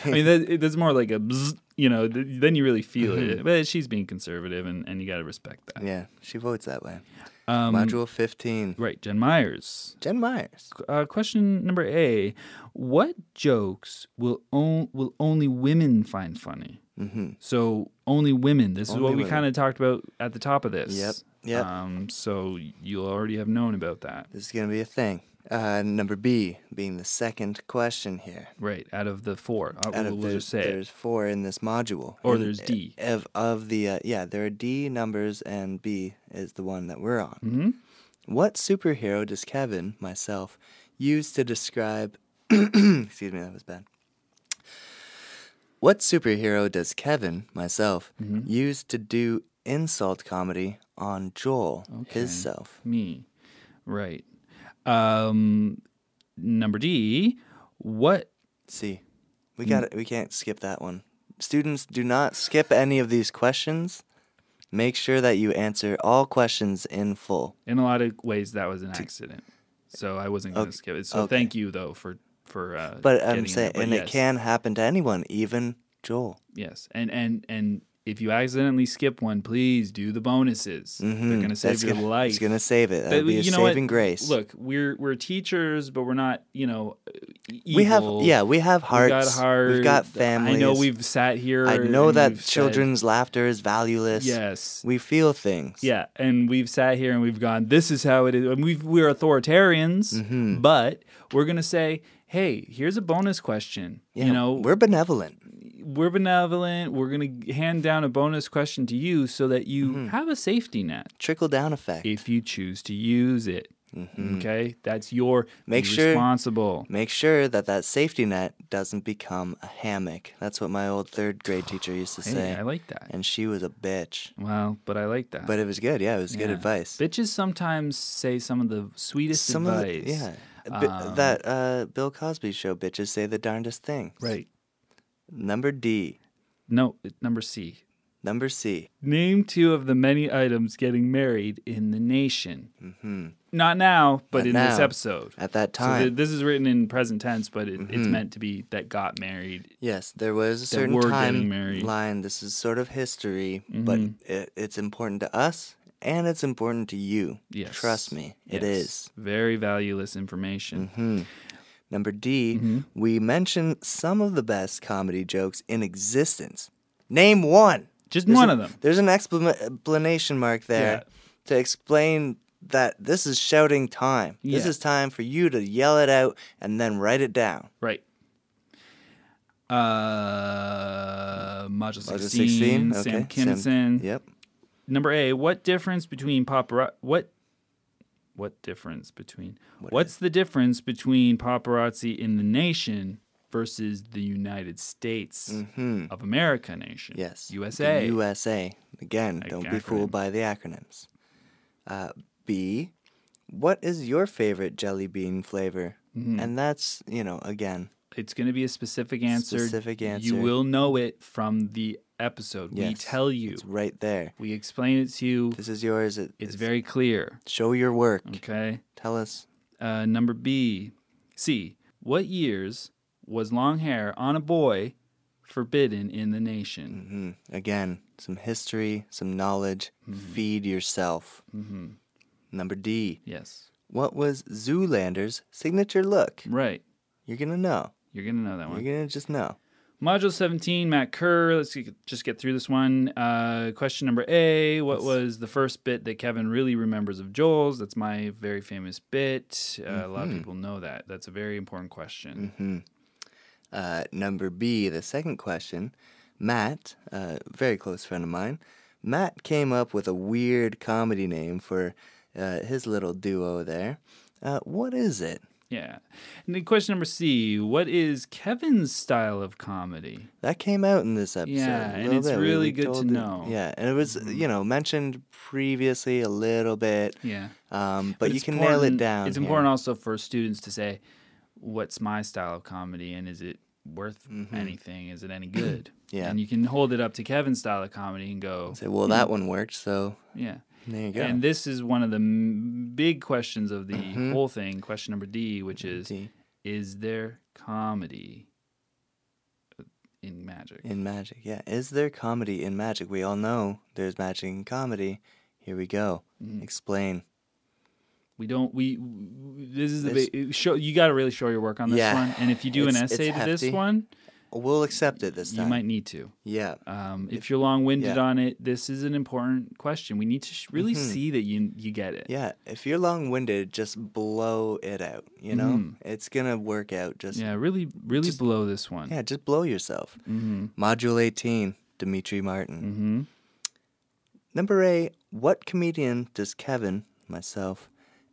Speaker 2: I mean, that, it- that's more like a bzz, you know. Th- then you really feel it.
Speaker 1: Mm-hmm.
Speaker 2: But she's being conservative, and, and you got to respect that.
Speaker 1: yeah. She votes that way.
Speaker 2: Um,
Speaker 1: Module fifteen.
Speaker 2: Right, Jen Myers.
Speaker 1: Jen Myers.
Speaker 2: Uh, question number A: What jokes will on, will only women find funny? Mm-hmm. So only women. This is what we
Speaker 1: women.
Speaker 2: kind of talked about at the top of this.
Speaker 1: Yep, yep.
Speaker 2: Um, so you'll already have known about that.
Speaker 1: This is gonna be a thing. Uh, number B being the second question here.
Speaker 2: Right, out of the four, uh,
Speaker 1: out
Speaker 2: we'll,
Speaker 1: of
Speaker 2: we'll
Speaker 1: the-
Speaker 2: just say it.
Speaker 1: there's four in this module.
Speaker 2: Or
Speaker 1: In-
Speaker 2: there's D.
Speaker 1: Of of the uh, yeah, there are D numbers and B is the one that we're on. Mm-hmm. What superhero does Kevin myself use to describe? excuse me, that was bad.
Speaker 2: Mm-hmm.
Speaker 1: What superhero does Kevin myself use to do insult comedy on Joel, his self.
Speaker 2: Me. Right. Um, number D. What?
Speaker 1: See,
Speaker 2: Mm.
Speaker 1: we got to We can't skip that one. Students, do not skip any of these questions. Make sure that you answer all questions in full.
Speaker 2: In a lot of ways, that was an accident. So I wasn't going to skip it. So
Speaker 1: okay.
Speaker 2: thank you though for for. Uh,
Speaker 1: But
Speaker 2: getting
Speaker 1: I'm
Speaker 2: that.
Speaker 1: saying,
Speaker 2: But
Speaker 1: and it
Speaker 2: yes,
Speaker 1: can happen to anyone, even Joel.
Speaker 2: Yes, and and and if you accidentally skip one, please do the bonuses. They're going to
Speaker 1: Mm-hmm.
Speaker 2: save
Speaker 1: That's
Speaker 2: your
Speaker 1: gonna,
Speaker 2: life.
Speaker 1: It's gonna save it.
Speaker 2: But
Speaker 1: That'll be a
Speaker 2: you know what?
Speaker 1: saving grace.
Speaker 2: Look, we're we're teachers, but we're not you know. Evil.
Speaker 1: we have yeah, we have
Speaker 2: We've
Speaker 1: hearts.
Speaker 2: got hearts.
Speaker 1: We've got families.
Speaker 2: I know we've sat here.
Speaker 1: I know
Speaker 2: and
Speaker 1: that
Speaker 2: we've said-
Speaker 1: children's laughter is valueless.
Speaker 2: yes.
Speaker 1: We feel things.
Speaker 2: Yeah, and we've sat here and we've gone, this is how it is. And we've, we're authoritarians,
Speaker 1: Mm-hmm.
Speaker 2: but we're going to say, hey, here's a bonus question.
Speaker 1: Yeah,
Speaker 2: you know, we're,
Speaker 1: we're benevolent.
Speaker 2: benevolent. We're going to hand down a bonus question to you so that you
Speaker 1: Mm-hmm.
Speaker 2: have a safety net
Speaker 1: Trickle down effect.
Speaker 2: if you choose to use it. Okay, that's your
Speaker 1: Mm-hmm. Make
Speaker 2: be
Speaker 1: sure-
Speaker 2: responsible.
Speaker 1: Make sure that that safety net doesn't become a hammock. That's what my old third grade teacher used to say.
Speaker 2: Hey, I like that.
Speaker 1: and she was a bitch.
Speaker 2: Well, but I like that.
Speaker 1: But it was good. Yeah, it was good
Speaker 2: Yeah.
Speaker 1: advice.
Speaker 2: bitches sometimes say some of the sweetest
Speaker 1: Some of
Speaker 2: advice. Um,
Speaker 1: the, yeah. Bi- that uh, Bill Cosby show bitches say the darndest thing.
Speaker 2: Right.
Speaker 1: Number D.
Speaker 2: No, number C.
Speaker 1: Number C.
Speaker 2: Name two of the many items getting married in the nation. Not now, but
Speaker 1: Mm-hmm. Not
Speaker 2: in this
Speaker 1: now.
Speaker 2: episode.
Speaker 1: At that
Speaker 2: So
Speaker 1: time. Mm-hmm.
Speaker 2: th- this is written in present tense, but it, it's meant to be that got married.
Speaker 1: Yes, there was a certain
Speaker 2: were getting
Speaker 1: time
Speaker 2: married. Mm-hmm.
Speaker 1: line. This is sort of history, but it, it's important to us and it's important to you.
Speaker 2: Yes.
Speaker 1: Trust me, it
Speaker 2: Yes.
Speaker 1: is. Mm-hmm.
Speaker 2: Very valueless information.
Speaker 1: Number D,
Speaker 2: Mm-hmm.
Speaker 1: we mention some of the best comedy jokes in existence. Name one.
Speaker 2: Just
Speaker 1: There's
Speaker 2: one
Speaker 1: an-
Speaker 2: of them.
Speaker 1: There's an exclam- explanation mark there to explain that this is shouting time. This
Speaker 2: Yeah.
Speaker 1: is time for you to yell it out and then write it down.
Speaker 2: Right. Uh, module 16,
Speaker 1: Was it 16?
Speaker 2: Sam
Speaker 1: Okay,
Speaker 2: Kinison.
Speaker 1: Yep.
Speaker 2: Number A, what difference between paparazzi what what difference between what's the difference between paparazzi in the nation versus the United States of America nation?
Speaker 1: Mm-hmm. Yes. the
Speaker 2: USA.
Speaker 1: USA. Again, don't be fooled
Speaker 2: acronym.
Speaker 1: by the acronyms. Uh, B. What is your favorite jelly bean flavor?
Speaker 2: Mm-hmm.
Speaker 1: And that's, you know, again,
Speaker 2: it's going to be a specific answer.
Speaker 1: Specific answer.
Speaker 2: You will know it from the episode. We
Speaker 1: Yes.
Speaker 2: tell you.
Speaker 1: it's right there.
Speaker 2: We explain it to you.
Speaker 1: This is yours. It,
Speaker 2: It's very clear.
Speaker 1: show your work.
Speaker 2: Okay?
Speaker 1: Tell us.
Speaker 2: Uh, number B, C. What years was long hair on a boy forbidden in the nation?
Speaker 1: Mm, again, some history, some knowledge. Feed yourself. Number D.
Speaker 2: Yes,
Speaker 1: What was Zoolander's signature look?
Speaker 2: right.
Speaker 1: You're going to know.
Speaker 2: You're gonna know that
Speaker 1: You're
Speaker 2: one.
Speaker 1: going to just know.
Speaker 2: Module 17, Matt Kerr. Let's get- just get through this one. Uh, question number A: What was the first bit that Kevin really remembers of Joel's? That's my very famous bit. Uh, A lot of people know that. That's a very important question.
Speaker 1: Uh, number B, the second question, Matt, a very close friend of mine, Matt came up with a weird comedy name for uh, his little duo there. Uh, what is it?
Speaker 2: Yeah. And then question number C: What is Kevin's style of comedy?
Speaker 1: That came out in this episode.
Speaker 2: Yeah,
Speaker 1: a
Speaker 2: and
Speaker 1: little
Speaker 2: it's
Speaker 1: bit.
Speaker 2: really good to
Speaker 1: told it-
Speaker 2: know. Mm-hmm.
Speaker 1: Yeah, and it was you know mentioned previously a little bit,
Speaker 2: Yeah.
Speaker 1: um, but, you
Speaker 2: it's
Speaker 1: can nail it
Speaker 2: important-
Speaker 1: down.
Speaker 2: It's
Speaker 1: here.
Speaker 2: important also for students to say, "What's my style of comedy, and is it worth anything? Is it any good?"
Speaker 1: Mm-hmm. Yeah.
Speaker 2: and you can hold it up to Kevin's style of comedy and go,
Speaker 1: Say, well, that one worked, so
Speaker 2: "Yeah."
Speaker 1: there you go.
Speaker 2: Mm. And this is one of the m- big questions of the whole thing. Question number D, which is,
Speaker 1: Mm-hmm. D.
Speaker 2: "Is there comedy in magic?"
Speaker 1: in magic, yeah, is there comedy in magic? We all know there's magic in comedy. Here we go.
Speaker 2: Mm.
Speaker 1: Explain.
Speaker 2: We don't. We w- this is the
Speaker 1: This-
Speaker 2: big show. You got to really show your work on this
Speaker 1: Yeah.
Speaker 2: one. And if you do an
Speaker 1: It's- it's
Speaker 2: essay to
Speaker 1: hefty.
Speaker 2: this one,
Speaker 1: We'll accept it this time.
Speaker 2: you might need to.
Speaker 1: Yeah.
Speaker 2: Um, if you're long-winded
Speaker 1: yeah. Mm-hmm.
Speaker 2: on it, this is an important question. We need to sh- really see that you you get it.
Speaker 1: Yeah. If you're long winded, just blow it out. You know, it's going to work out. Just, yeah.
Speaker 2: Mm. Yeah, really, really blow this one. Mm-hmm.
Speaker 1: just blow yourself. Module 18, Dimitri Martin. Mm-hmm. Number A, what comedian does Kevin, myself,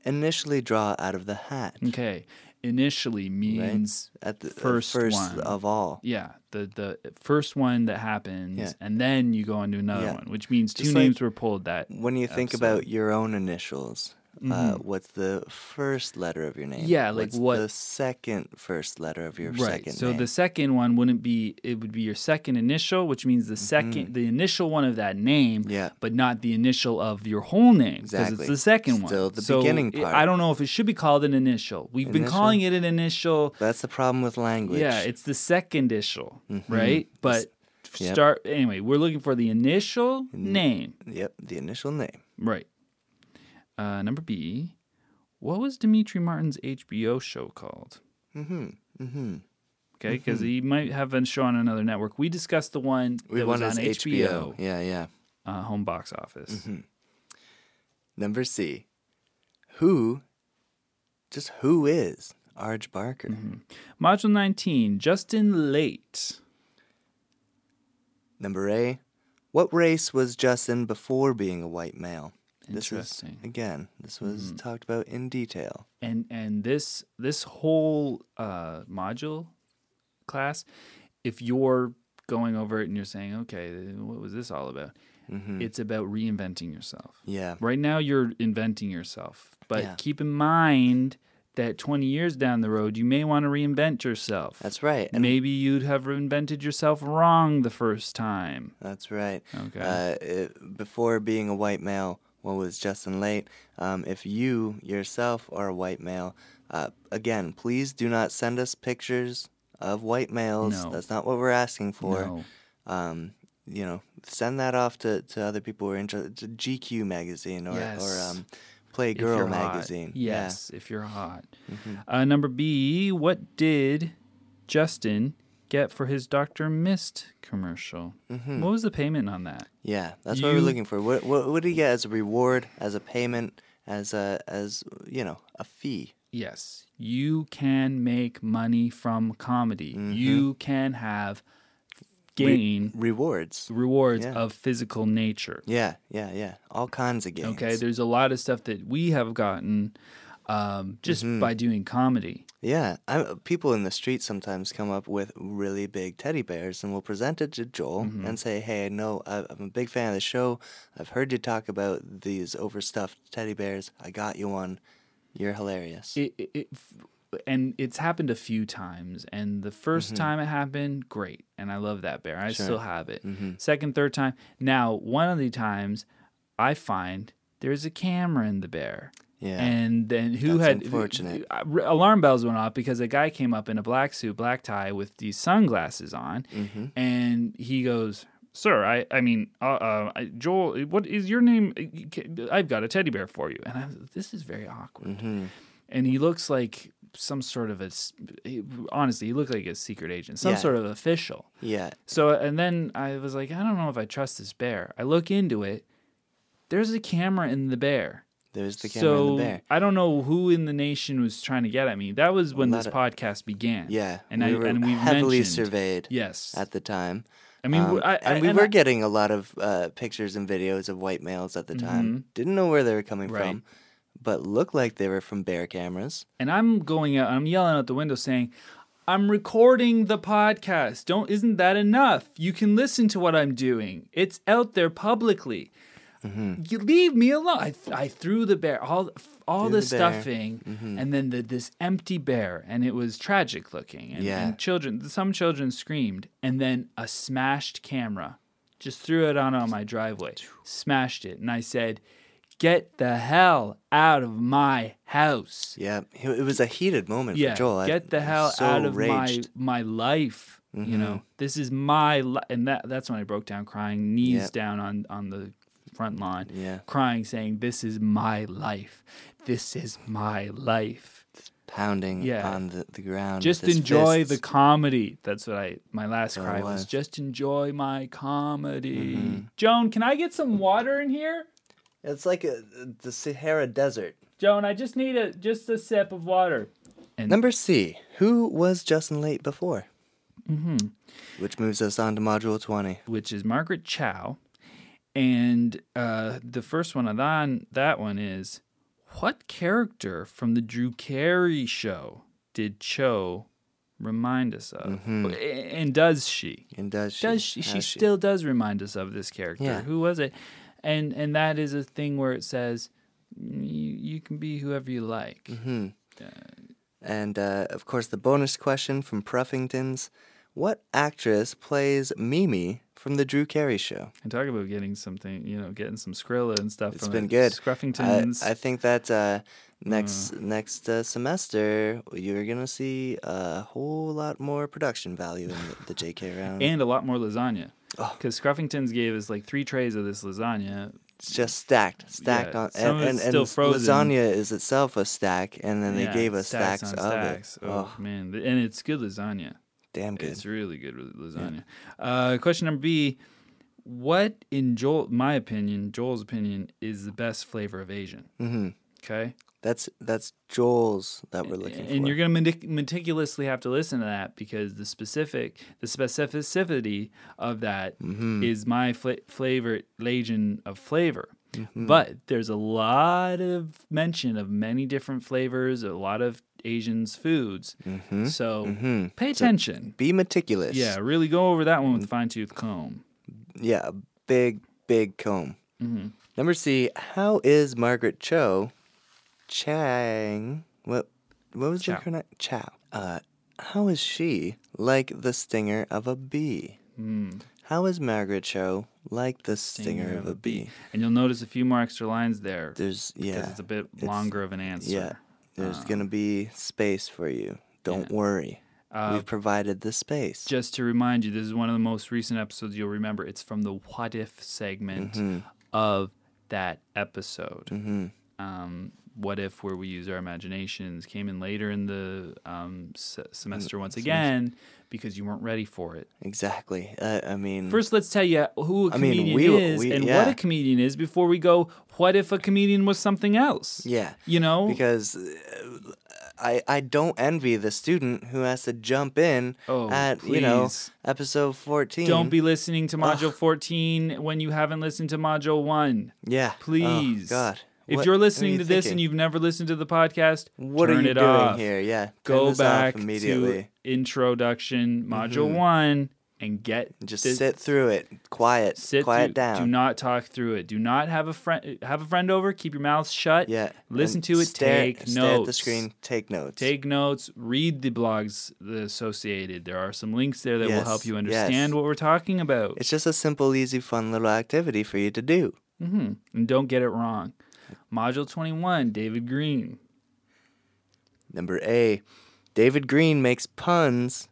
Speaker 1: initially draw out of the hat?
Speaker 2: Okay, initially means
Speaker 1: at the
Speaker 2: Mm-hmm. first,
Speaker 1: first, first
Speaker 2: one.
Speaker 1: of all.
Speaker 2: yeah, the the first one that happens,
Speaker 1: Yeah.
Speaker 2: and then you go on to another
Speaker 1: Yeah.
Speaker 2: one, which means two
Speaker 1: Just like-
Speaker 2: names were pulled. That
Speaker 1: When you think
Speaker 2: Absolutely. Mm-hmm.
Speaker 1: about your own initials, uh, what's the first letter of your name?
Speaker 2: Yeah, like
Speaker 1: what's
Speaker 2: what-
Speaker 1: the second first letter of your
Speaker 2: right.
Speaker 1: second
Speaker 2: so
Speaker 1: name?
Speaker 2: the second one wouldn't be it would be your second initial, which means the second the initial one of that name,
Speaker 1: Mm-hmm. Yeah.
Speaker 2: but not the initial of your whole name because
Speaker 1: Exactly.
Speaker 2: it's the second
Speaker 1: Still
Speaker 2: one.
Speaker 1: the
Speaker 2: So
Speaker 1: beginning
Speaker 2: it-
Speaker 1: part.
Speaker 2: I don't know if it should be called an initial. We've been
Speaker 1: Initial?
Speaker 2: calling it an initial.
Speaker 1: That's the problem with language.
Speaker 2: Yeah, it's the second initial, right? But
Speaker 1: Mm-hmm. yep.
Speaker 2: start anyway. We're looking for the initial name,
Speaker 1: yep, the initial name.
Speaker 2: right? Uh, number B. What was Dimitri Martin's HBO show called? Mm-hmm. Mm-hmm. Okay, because he might have a show on another network. We discussed the one
Speaker 1: We
Speaker 2: that
Speaker 1: want is
Speaker 2: was on HBO,
Speaker 1: Yeah, yeah.
Speaker 2: uh, home box office.
Speaker 1: Number C. Who, just who is Arj Barker?
Speaker 2: Mm-hmm. Module nineteen. Justin Late.
Speaker 1: Number A. What race was Justin before being a white male? This
Speaker 2: Interesting. Mm-hmm.
Speaker 1: is, again, this was talked about in detail.
Speaker 2: and and this this whole uh, module class if you're going over it and you're saying okay what was this all about it's about reinventing yourself
Speaker 1: Yeah.
Speaker 2: right now you're inventing yourself but
Speaker 1: Yeah.
Speaker 2: keep in mind that 20 years down the road you may want to reinvent yourself
Speaker 1: That's right. And
Speaker 2: maybe you'd have invented yourself wrong the first time
Speaker 1: that's right.
Speaker 2: Okay.
Speaker 1: Uh, it- before being a white male, what was Justin Late? Um, if you yourself are a white male, uh, again, please do not send us pictures of white males.
Speaker 2: No.
Speaker 1: That's not what we're asking for.
Speaker 2: No.
Speaker 1: um, you know, send that off to, to other people who are interested. To GQ magazine or,
Speaker 2: Yes.
Speaker 1: or um, Play
Speaker 2: If you're
Speaker 1: Girl
Speaker 2: hot.
Speaker 1: magazine. Yeah. Mm-hmm.
Speaker 2: Yes, if you're hot. Uh, number B, what did Justin get for his Dr. Mist commercial?
Speaker 1: Mm-hmm.
Speaker 2: What was the payment on that?
Speaker 1: Yeah, that's what we're
Speaker 2: You-
Speaker 1: looking for. What what would he get as a reward, as a payment, as a as you know, a fee?
Speaker 2: Yes, you can make money from comedy.
Speaker 1: Mm-hmm.
Speaker 2: You can have gain
Speaker 1: Rewards.
Speaker 2: rewards
Speaker 1: yeah.
Speaker 2: of physical nature.
Speaker 1: Yeah, yeah, yeah. All kinds of games.
Speaker 2: Okay, there's a lot of stuff that we have gotten um, just by doing comedy.
Speaker 1: Yeah, I, people in the street sometimes come up with really big teddy bears and will present it to Joel
Speaker 2: Mm-hmm.
Speaker 1: and say, "Hey, I know I- I'm a big fan of the show. I've heard you talk about these overstuffed teddy bears. I got you one. You're hilarious."
Speaker 2: it, it, it f- and it's happened a few times and the 1st time it happened great and i love that bear i still have it second third time now one of the times i find there's a camera in the bear
Speaker 1: Yeah.
Speaker 2: and then who
Speaker 1: That's
Speaker 2: had
Speaker 1: unfortunate.
Speaker 2: uh, r- alarm bells went off because a guy came up in a black suit black tie with these sunglasses on
Speaker 1: Mm-hmm.
Speaker 2: and he goes sir i i mean uh, uh I- joel what is your name Uh, i've got a teddy bear for you and i this is very awkward
Speaker 1: Mm-hmm.
Speaker 2: and he looks like some sort of a s- he- honestly he looked like a secret agent some
Speaker 1: Yeah.
Speaker 2: sort of official
Speaker 1: yeah,
Speaker 2: so uh, and then i was like i don't know if i trust this bear i look into it there's a camera in the bear
Speaker 1: there's the camera
Speaker 2: so
Speaker 1: and the bear.
Speaker 2: i don't know who in the nation was trying to get at me that was when
Speaker 1: lot
Speaker 2: this
Speaker 1: of-
Speaker 2: podcast began
Speaker 1: Yeah,
Speaker 2: and
Speaker 1: we
Speaker 2: i
Speaker 1: were
Speaker 2: and we
Speaker 1: heavily
Speaker 2: mentioned
Speaker 1: surveyed
Speaker 2: yes
Speaker 1: at the time.
Speaker 2: i mean
Speaker 1: Um,
Speaker 2: I, I-
Speaker 1: and we were
Speaker 2: I-
Speaker 1: getting a lot of uh, pictures and videos of white males at the time. Didn't know where they were coming
Speaker 2: Mm-hmm. Right.
Speaker 1: from, but looked like they were from bear cameras.
Speaker 2: and I'm going out, I'm yelling out the window saying, I'm recording the podcast. Don't isn't that enough? You can listen to what I'm doing. It's out there publicly.
Speaker 1: Mm-hmm.
Speaker 2: You leave me alone. I, I threw the bear all all
Speaker 1: Threw
Speaker 2: the,
Speaker 1: the bear. Mm-hmm.
Speaker 2: stuffing and then the, this empty bear and it was tragic looking and,
Speaker 1: Yeah.
Speaker 2: and children some children screamed and then a smashed camera just threw it on on my driveway smashed it and I said get the hell out of my house
Speaker 1: Yeah, it it was a heated moment
Speaker 2: yeah,
Speaker 1: for Joel. I-
Speaker 2: get the
Speaker 1: I was
Speaker 2: hell
Speaker 1: so
Speaker 2: out of
Speaker 1: raged. Mm-hmm.
Speaker 2: my my life. You know, this is my life, and that that's when I broke down crying, knees
Speaker 1: Yep.
Speaker 2: down on on the front lawn,
Speaker 1: Yeah.
Speaker 2: crying, saying, "This is my life. This is my life.
Speaker 1: pounding
Speaker 2: Yeah.
Speaker 1: on the, the ground.
Speaker 2: Just enjoy the comedy." That's what I my last
Speaker 1: There it
Speaker 2: cry was.
Speaker 1: was. Mm-hmm.
Speaker 2: Just enjoy my comedy. Joan, can I get some water in here?
Speaker 1: the. It's like a, the Sahara Desert.
Speaker 2: Joan, I just need a just a sip of water.
Speaker 1: Number C. Who was Justin Late before? Mm-hmm. Which moves us on to Module 20.
Speaker 2: which is Margaret Chow. And uh, the first one on that, that one is what character from the Drew Carey show did Cho remind us of? And does she?
Speaker 1: And does Mm-hmm. she?
Speaker 2: does she, she
Speaker 1: has
Speaker 2: still does remind us of this character
Speaker 1: Yeah.
Speaker 2: who was it and and that is a thing where it says "Mm, you, you can be whoever you like
Speaker 1: Mm-hmm. And uh, of course, the bonus question from Pruffington's What actress plays Mimi from The Drew Carey Show?
Speaker 2: and talk about getting something you know getting some skrilla and stuff
Speaker 1: It's
Speaker 2: from
Speaker 1: been
Speaker 2: it.
Speaker 1: good.
Speaker 2: scruffingtons Mm.
Speaker 1: I, I think that uh, next next uh, semester, you're going to see a whole lot more production value in the, the JK round.
Speaker 2: and a lot more lasagna because scruffingtons gave us like three trays of this lasagna
Speaker 1: it's just stacked, stacked
Speaker 2: Yeah,
Speaker 1: on.
Speaker 2: some of
Speaker 1: And, and,
Speaker 2: it's
Speaker 1: and
Speaker 2: still frozen.
Speaker 1: lasagna is itself a stack, and then
Speaker 2: Yeah,
Speaker 1: they gave us
Speaker 2: stacks
Speaker 1: stacks,
Speaker 2: on
Speaker 1: of
Speaker 2: stacks.
Speaker 1: it.
Speaker 2: oh,
Speaker 1: Oh,
Speaker 2: man and it's good lasagna
Speaker 1: damn good.
Speaker 2: It's really good with lasagna. Uh, question number B: What, in Joel, my opinion, Joel's opinion, is the best flavor of Asian? Mm-hmm. Okay,
Speaker 1: That's that's Joel's that we're looking
Speaker 2: and
Speaker 1: for.
Speaker 2: you're going to meticulously have to listen to that because the specific, the specificity of that is
Speaker 1: Mm-hmm.
Speaker 2: my fla- flavor Asian of flavor.
Speaker 1: Mm-hmm.
Speaker 2: But there's a lot of mention of many different flavors, a lot of Asian's foods.
Speaker 1: Mm-hmm.
Speaker 2: So pay attention.
Speaker 1: Be meticulous.
Speaker 2: Yeah, really go over that
Speaker 1: Mm-hmm.
Speaker 2: one with a fine tooth comb.
Speaker 1: Yeah, a big, big comb.
Speaker 2: Mm-hmm.
Speaker 1: Number C. How is Margaret Cho? Chang. What? What was
Speaker 2: Chow.
Speaker 1: the correct? Chow. Uh, how is she like the stinger of a bee?
Speaker 2: Hmm.
Speaker 1: How is Margaret Cho like the stinger, of a bee?
Speaker 2: And you'll notice a few more extra lines there
Speaker 1: There's
Speaker 2: because
Speaker 1: yeah,
Speaker 2: it's a Uh. bit longer of an answer.
Speaker 1: yeah. There's gonna be space for you. Don't worry.
Speaker 2: Uh,
Speaker 1: We've provided the space.
Speaker 2: Just to remind you, this is one of the most recent episodes you'll remember. It's from the what if segment
Speaker 1: Mm-hmm.
Speaker 2: of that episode. Um, what if where we use our imaginations came in later in the um, se-
Speaker 1: Mm,
Speaker 2: semester once again because you weren't ready for it.
Speaker 1: exactly. Uh, I mean,
Speaker 2: First, let's tell you who a
Speaker 1: mean,
Speaker 2: comedian
Speaker 1: we w-
Speaker 2: is
Speaker 1: we-
Speaker 2: and
Speaker 1: yeah.
Speaker 2: what a comedian is before we go. What if a comedian was something else?
Speaker 1: yeah.
Speaker 2: you know,
Speaker 1: because uh, I I don't envy the student who has to jump in
Speaker 2: Oh,
Speaker 1: at you know
Speaker 2: please.
Speaker 1: episode fourteen.
Speaker 2: don't be listening to module 14 when you haven't listened to module one.
Speaker 1: yeah. Oh,
Speaker 2: Please,
Speaker 1: God.
Speaker 2: If
Speaker 1: What-
Speaker 2: you're
Speaker 1: what are
Speaker 2: listening
Speaker 1: you
Speaker 2: to this and
Speaker 1: thinking?
Speaker 2: you've never listened to the podcast,
Speaker 1: what
Speaker 2: turn
Speaker 1: are you
Speaker 2: it
Speaker 1: doing
Speaker 2: off.
Speaker 1: here? Yeah. turn
Speaker 2: Go
Speaker 1: this off
Speaker 2: back
Speaker 1: immediately. Mm-hmm.
Speaker 2: to introduction module one and get
Speaker 1: Just
Speaker 2: this-
Speaker 1: sit through it. Quiet.
Speaker 2: Sit
Speaker 1: quiet
Speaker 2: through-
Speaker 1: down.
Speaker 2: Do not talk through it. Do not have a friend have a friend over. Keep your mouth shut.
Speaker 1: yeah.
Speaker 2: Listen
Speaker 1: and
Speaker 2: to it.
Speaker 1: Stare,
Speaker 2: take
Speaker 1: stare
Speaker 2: notes.
Speaker 1: at the screen. Take notes.
Speaker 2: Take notes. Read the blogs the associated. There are some links there that will
Speaker 1: Yes,
Speaker 2: help you
Speaker 1: yes.
Speaker 2: understand what we're talking about.
Speaker 1: It's just a simple, easy, fun little activity for you to do.
Speaker 2: hmm And don't get it wrong. Module 21, David Green.
Speaker 1: Number A. David Green makes puns.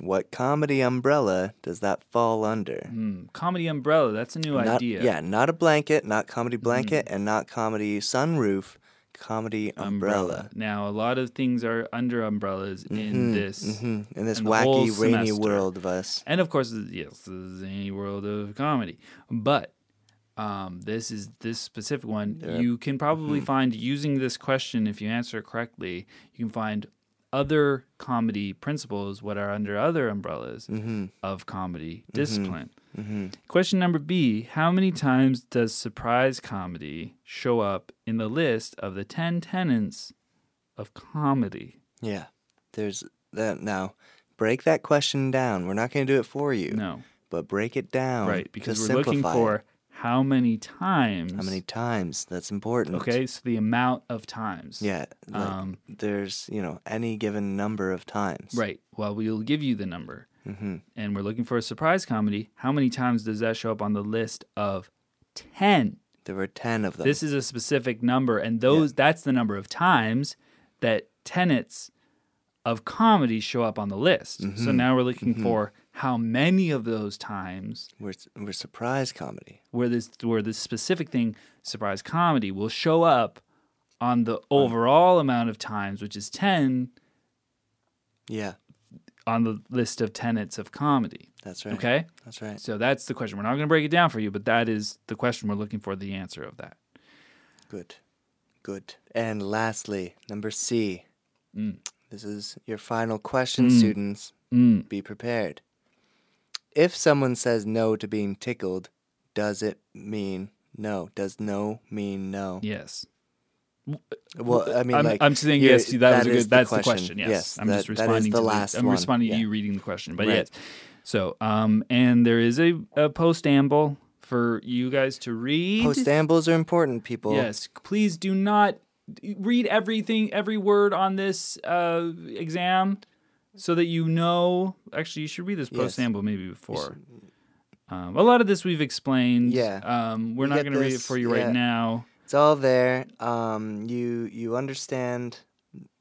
Speaker 1: What comedy umbrella does that fall under?
Speaker 2: Hmm, Comedy umbrella. That's a new
Speaker 1: Not-
Speaker 2: idea. Hmm.
Speaker 1: Yeah, not a blanket, not comedy blanket, and not comedy sunroof, comedy umbrella.
Speaker 2: Now, a lot of things are under umbrellas in this.
Speaker 1: Mhm, In this
Speaker 2: And the whole
Speaker 1: wacky, rainy
Speaker 2: semester.
Speaker 1: world of us.
Speaker 2: And of course, yes, the zany world of comedy. But um, this is this specific one. You can probably
Speaker 1: Mm-hmm.
Speaker 2: find using this question if you answer it correctly. You can find other comedy principles what are under other umbrellas
Speaker 1: Mm-hmm.
Speaker 2: of comedy discipline. Question number B: How many times does surprise comedy show up in the list of the ten tenets of comedy?
Speaker 1: Yeah. There's that now. Break that question down. We're not going to do it for you,
Speaker 2: No,
Speaker 1: but break it down.
Speaker 2: right?
Speaker 1: to
Speaker 2: Because we're looking
Speaker 1: simplify
Speaker 2: for
Speaker 1: it.
Speaker 2: how many times.
Speaker 1: how many times. That's important.
Speaker 2: Okay, so the amount of times.
Speaker 1: Yeah. Like,
Speaker 2: Um,
Speaker 1: there's you know any given number of times.
Speaker 2: Right. Well, we'll give you the number.
Speaker 1: Mm-hmm.
Speaker 2: And we're looking for a surprise comedy. How many times does that show up on the list of 10?
Speaker 1: There were ten of them.
Speaker 2: This is a specific number and those that's the number of times that tenets of comedy show up on the list. So now we're looking for how many of those times
Speaker 1: we're we're surprise comedy.
Speaker 2: where this where this specific thing surprise comedy will show up on the overall amount of times, which is 10
Speaker 1: Yeah,
Speaker 2: on the list of tenets of comedy.
Speaker 1: that's right.
Speaker 2: Okay?
Speaker 1: That's right.
Speaker 2: So that's the question. We're not going to break it down for you, but that is the question we're looking for the answer of that.
Speaker 1: Good. Good. And lastly, number C.
Speaker 2: Mm.
Speaker 1: This is your final question,
Speaker 2: Mm.
Speaker 1: students.
Speaker 2: Mm.
Speaker 1: Be prepared. If someone says no to being tickled, does it mean no? Does no mean no?
Speaker 2: Yes.
Speaker 1: Well, I mean,
Speaker 2: I'm,
Speaker 1: like
Speaker 2: I'm saying
Speaker 1: here-
Speaker 2: yes. That, was a
Speaker 1: is
Speaker 2: good. that's the question. Yes, I'm
Speaker 1: that-
Speaker 2: just
Speaker 1: that is
Speaker 2: responding
Speaker 1: the
Speaker 2: to
Speaker 1: last
Speaker 2: I'm
Speaker 1: one.
Speaker 2: responding
Speaker 1: Yeah.
Speaker 2: to you reading the question, but
Speaker 1: Right.
Speaker 2: yes. So, um, and there is a, a post amble for you guys to read.
Speaker 1: Post ambles are important, people.
Speaker 2: Yes, please do not read everything, every word on this uh, exam, so that you know. Actually, you should read this post sample maybe before. Um, a lot of this we've explained.
Speaker 1: Yeah.
Speaker 2: um, we're not
Speaker 1: get
Speaker 2: going to read it
Speaker 1: this,
Speaker 2: for you
Speaker 1: yeah.
Speaker 2: right now.
Speaker 1: It's all there. Um, you you understand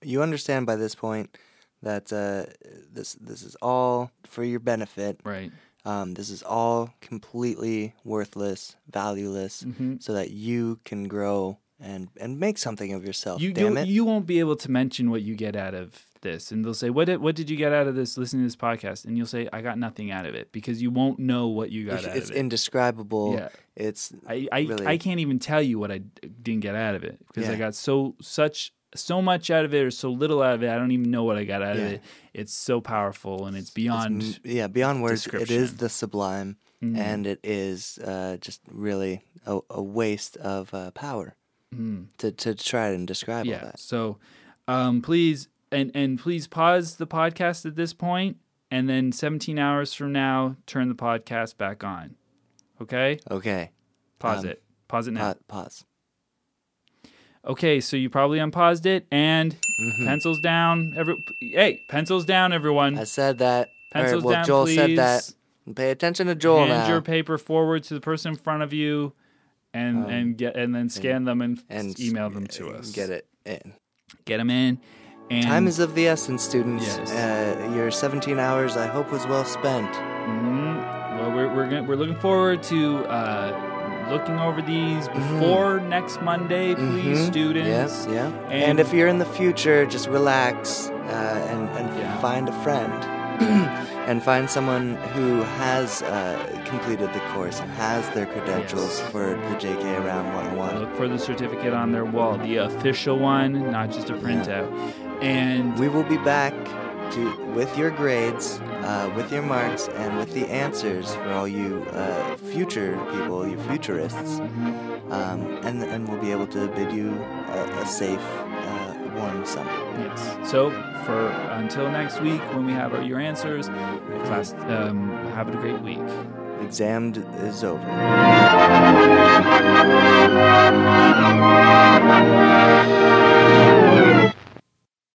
Speaker 1: you understand by this point that uh, this this is all for your benefit.
Speaker 2: Right.
Speaker 1: Um, this is all completely worthless, valueless,
Speaker 2: Mm-hmm.
Speaker 1: so that you can grow and and make something of yourself.
Speaker 2: You
Speaker 1: Oh, damn
Speaker 2: you,
Speaker 1: it!
Speaker 2: you won't be able to mention what you get out of this, and they'll say, "What did, what did you get out of this? Listening to this podcast?" And you'll say, "I got nothing out of it," because you won't know what you got out
Speaker 1: it's
Speaker 2: of it.
Speaker 1: indescribable.
Speaker 2: Yeah.
Speaker 1: It's
Speaker 2: I I,
Speaker 1: really-
Speaker 2: I can't even tell you what I d- didn't get out of it because I
Speaker 1: Yeah.
Speaker 2: got so such so much out of it or so little out of it. I don't even know what I got out
Speaker 1: Yeah.
Speaker 2: of it. It's so powerful and it's beyond.
Speaker 1: Mm, yeah beyond words it is
Speaker 2: description. Mm.
Speaker 1: the sublime and it is uh, just really a, a waste of uh, power to, to try and describe all
Speaker 2: Mm. yeah.
Speaker 1: that
Speaker 2: So, um, please and and please pause the podcast at this point, and then 17 hours from now, turn the podcast back on. Okay.
Speaker 1: okay
Speaker 2: Pause it. Pause it now.
Speaker 1: pa- Um, pause
Speaker 2: okay, so you probably unpaused it and
Speaker 1: Mm-hmm.
Speaker 2: pencils down. Every hey, pencils down, everyone.
Speaker 1: i said that or,
Speaker 2: Pencils
Speaker 1: well
Speaker 2: down,
Speaker 1: joel said that
Speaker 2: please.
Speaker 1: pay attention to joel
Speaker 2: hand
Speaker 1: now
Speaker 2: your paper forward to the person in front of you, and and get and then scan them and,
Speaker 1: Um, and
Speaker 2: email them to us.
Speaker 1: get it in
Speaker 2: Get them in. And
Speaker 1: time is of the essence students
Speaker 2: Yes.
Speaker 1: uh, your 17 hours i hope was well spent
Speaker 2: Mhm. well, we're we're, gonna, we're looking forward to uh, looking over these
Speaker 1: Mm-hmm.
Speaker 2: before next Monday, please,
Speaker 1: Mhm.
Speaker 2: students.
Speaker 1: yes yeah and,
Speaker 2: And-
Speaker 1: if you're in the future just relax uh, and, and
Speaker 2: Yeah.
Speaker 1: find a friend and find someone who has uh, completed the course and has their credentials
Speaker 2: Yes.
Speaker 1: for the jk around 101
Speaker 2: Look for the certificate on their wall, the official one, not just a printout. And
Speaker 1: we will be back to with your grades uh, with your marks and with the answers for all you uh, future people you futurists um, and, and we'll be able to bid you a, a safe uh, warm summer
Speaker 2: Yes. So for until next week, when we have our, your answers,
Speaker 1: Mm-hmm.
Speaker 2: class, um, have a great week.
Speaker 1: exam d- is over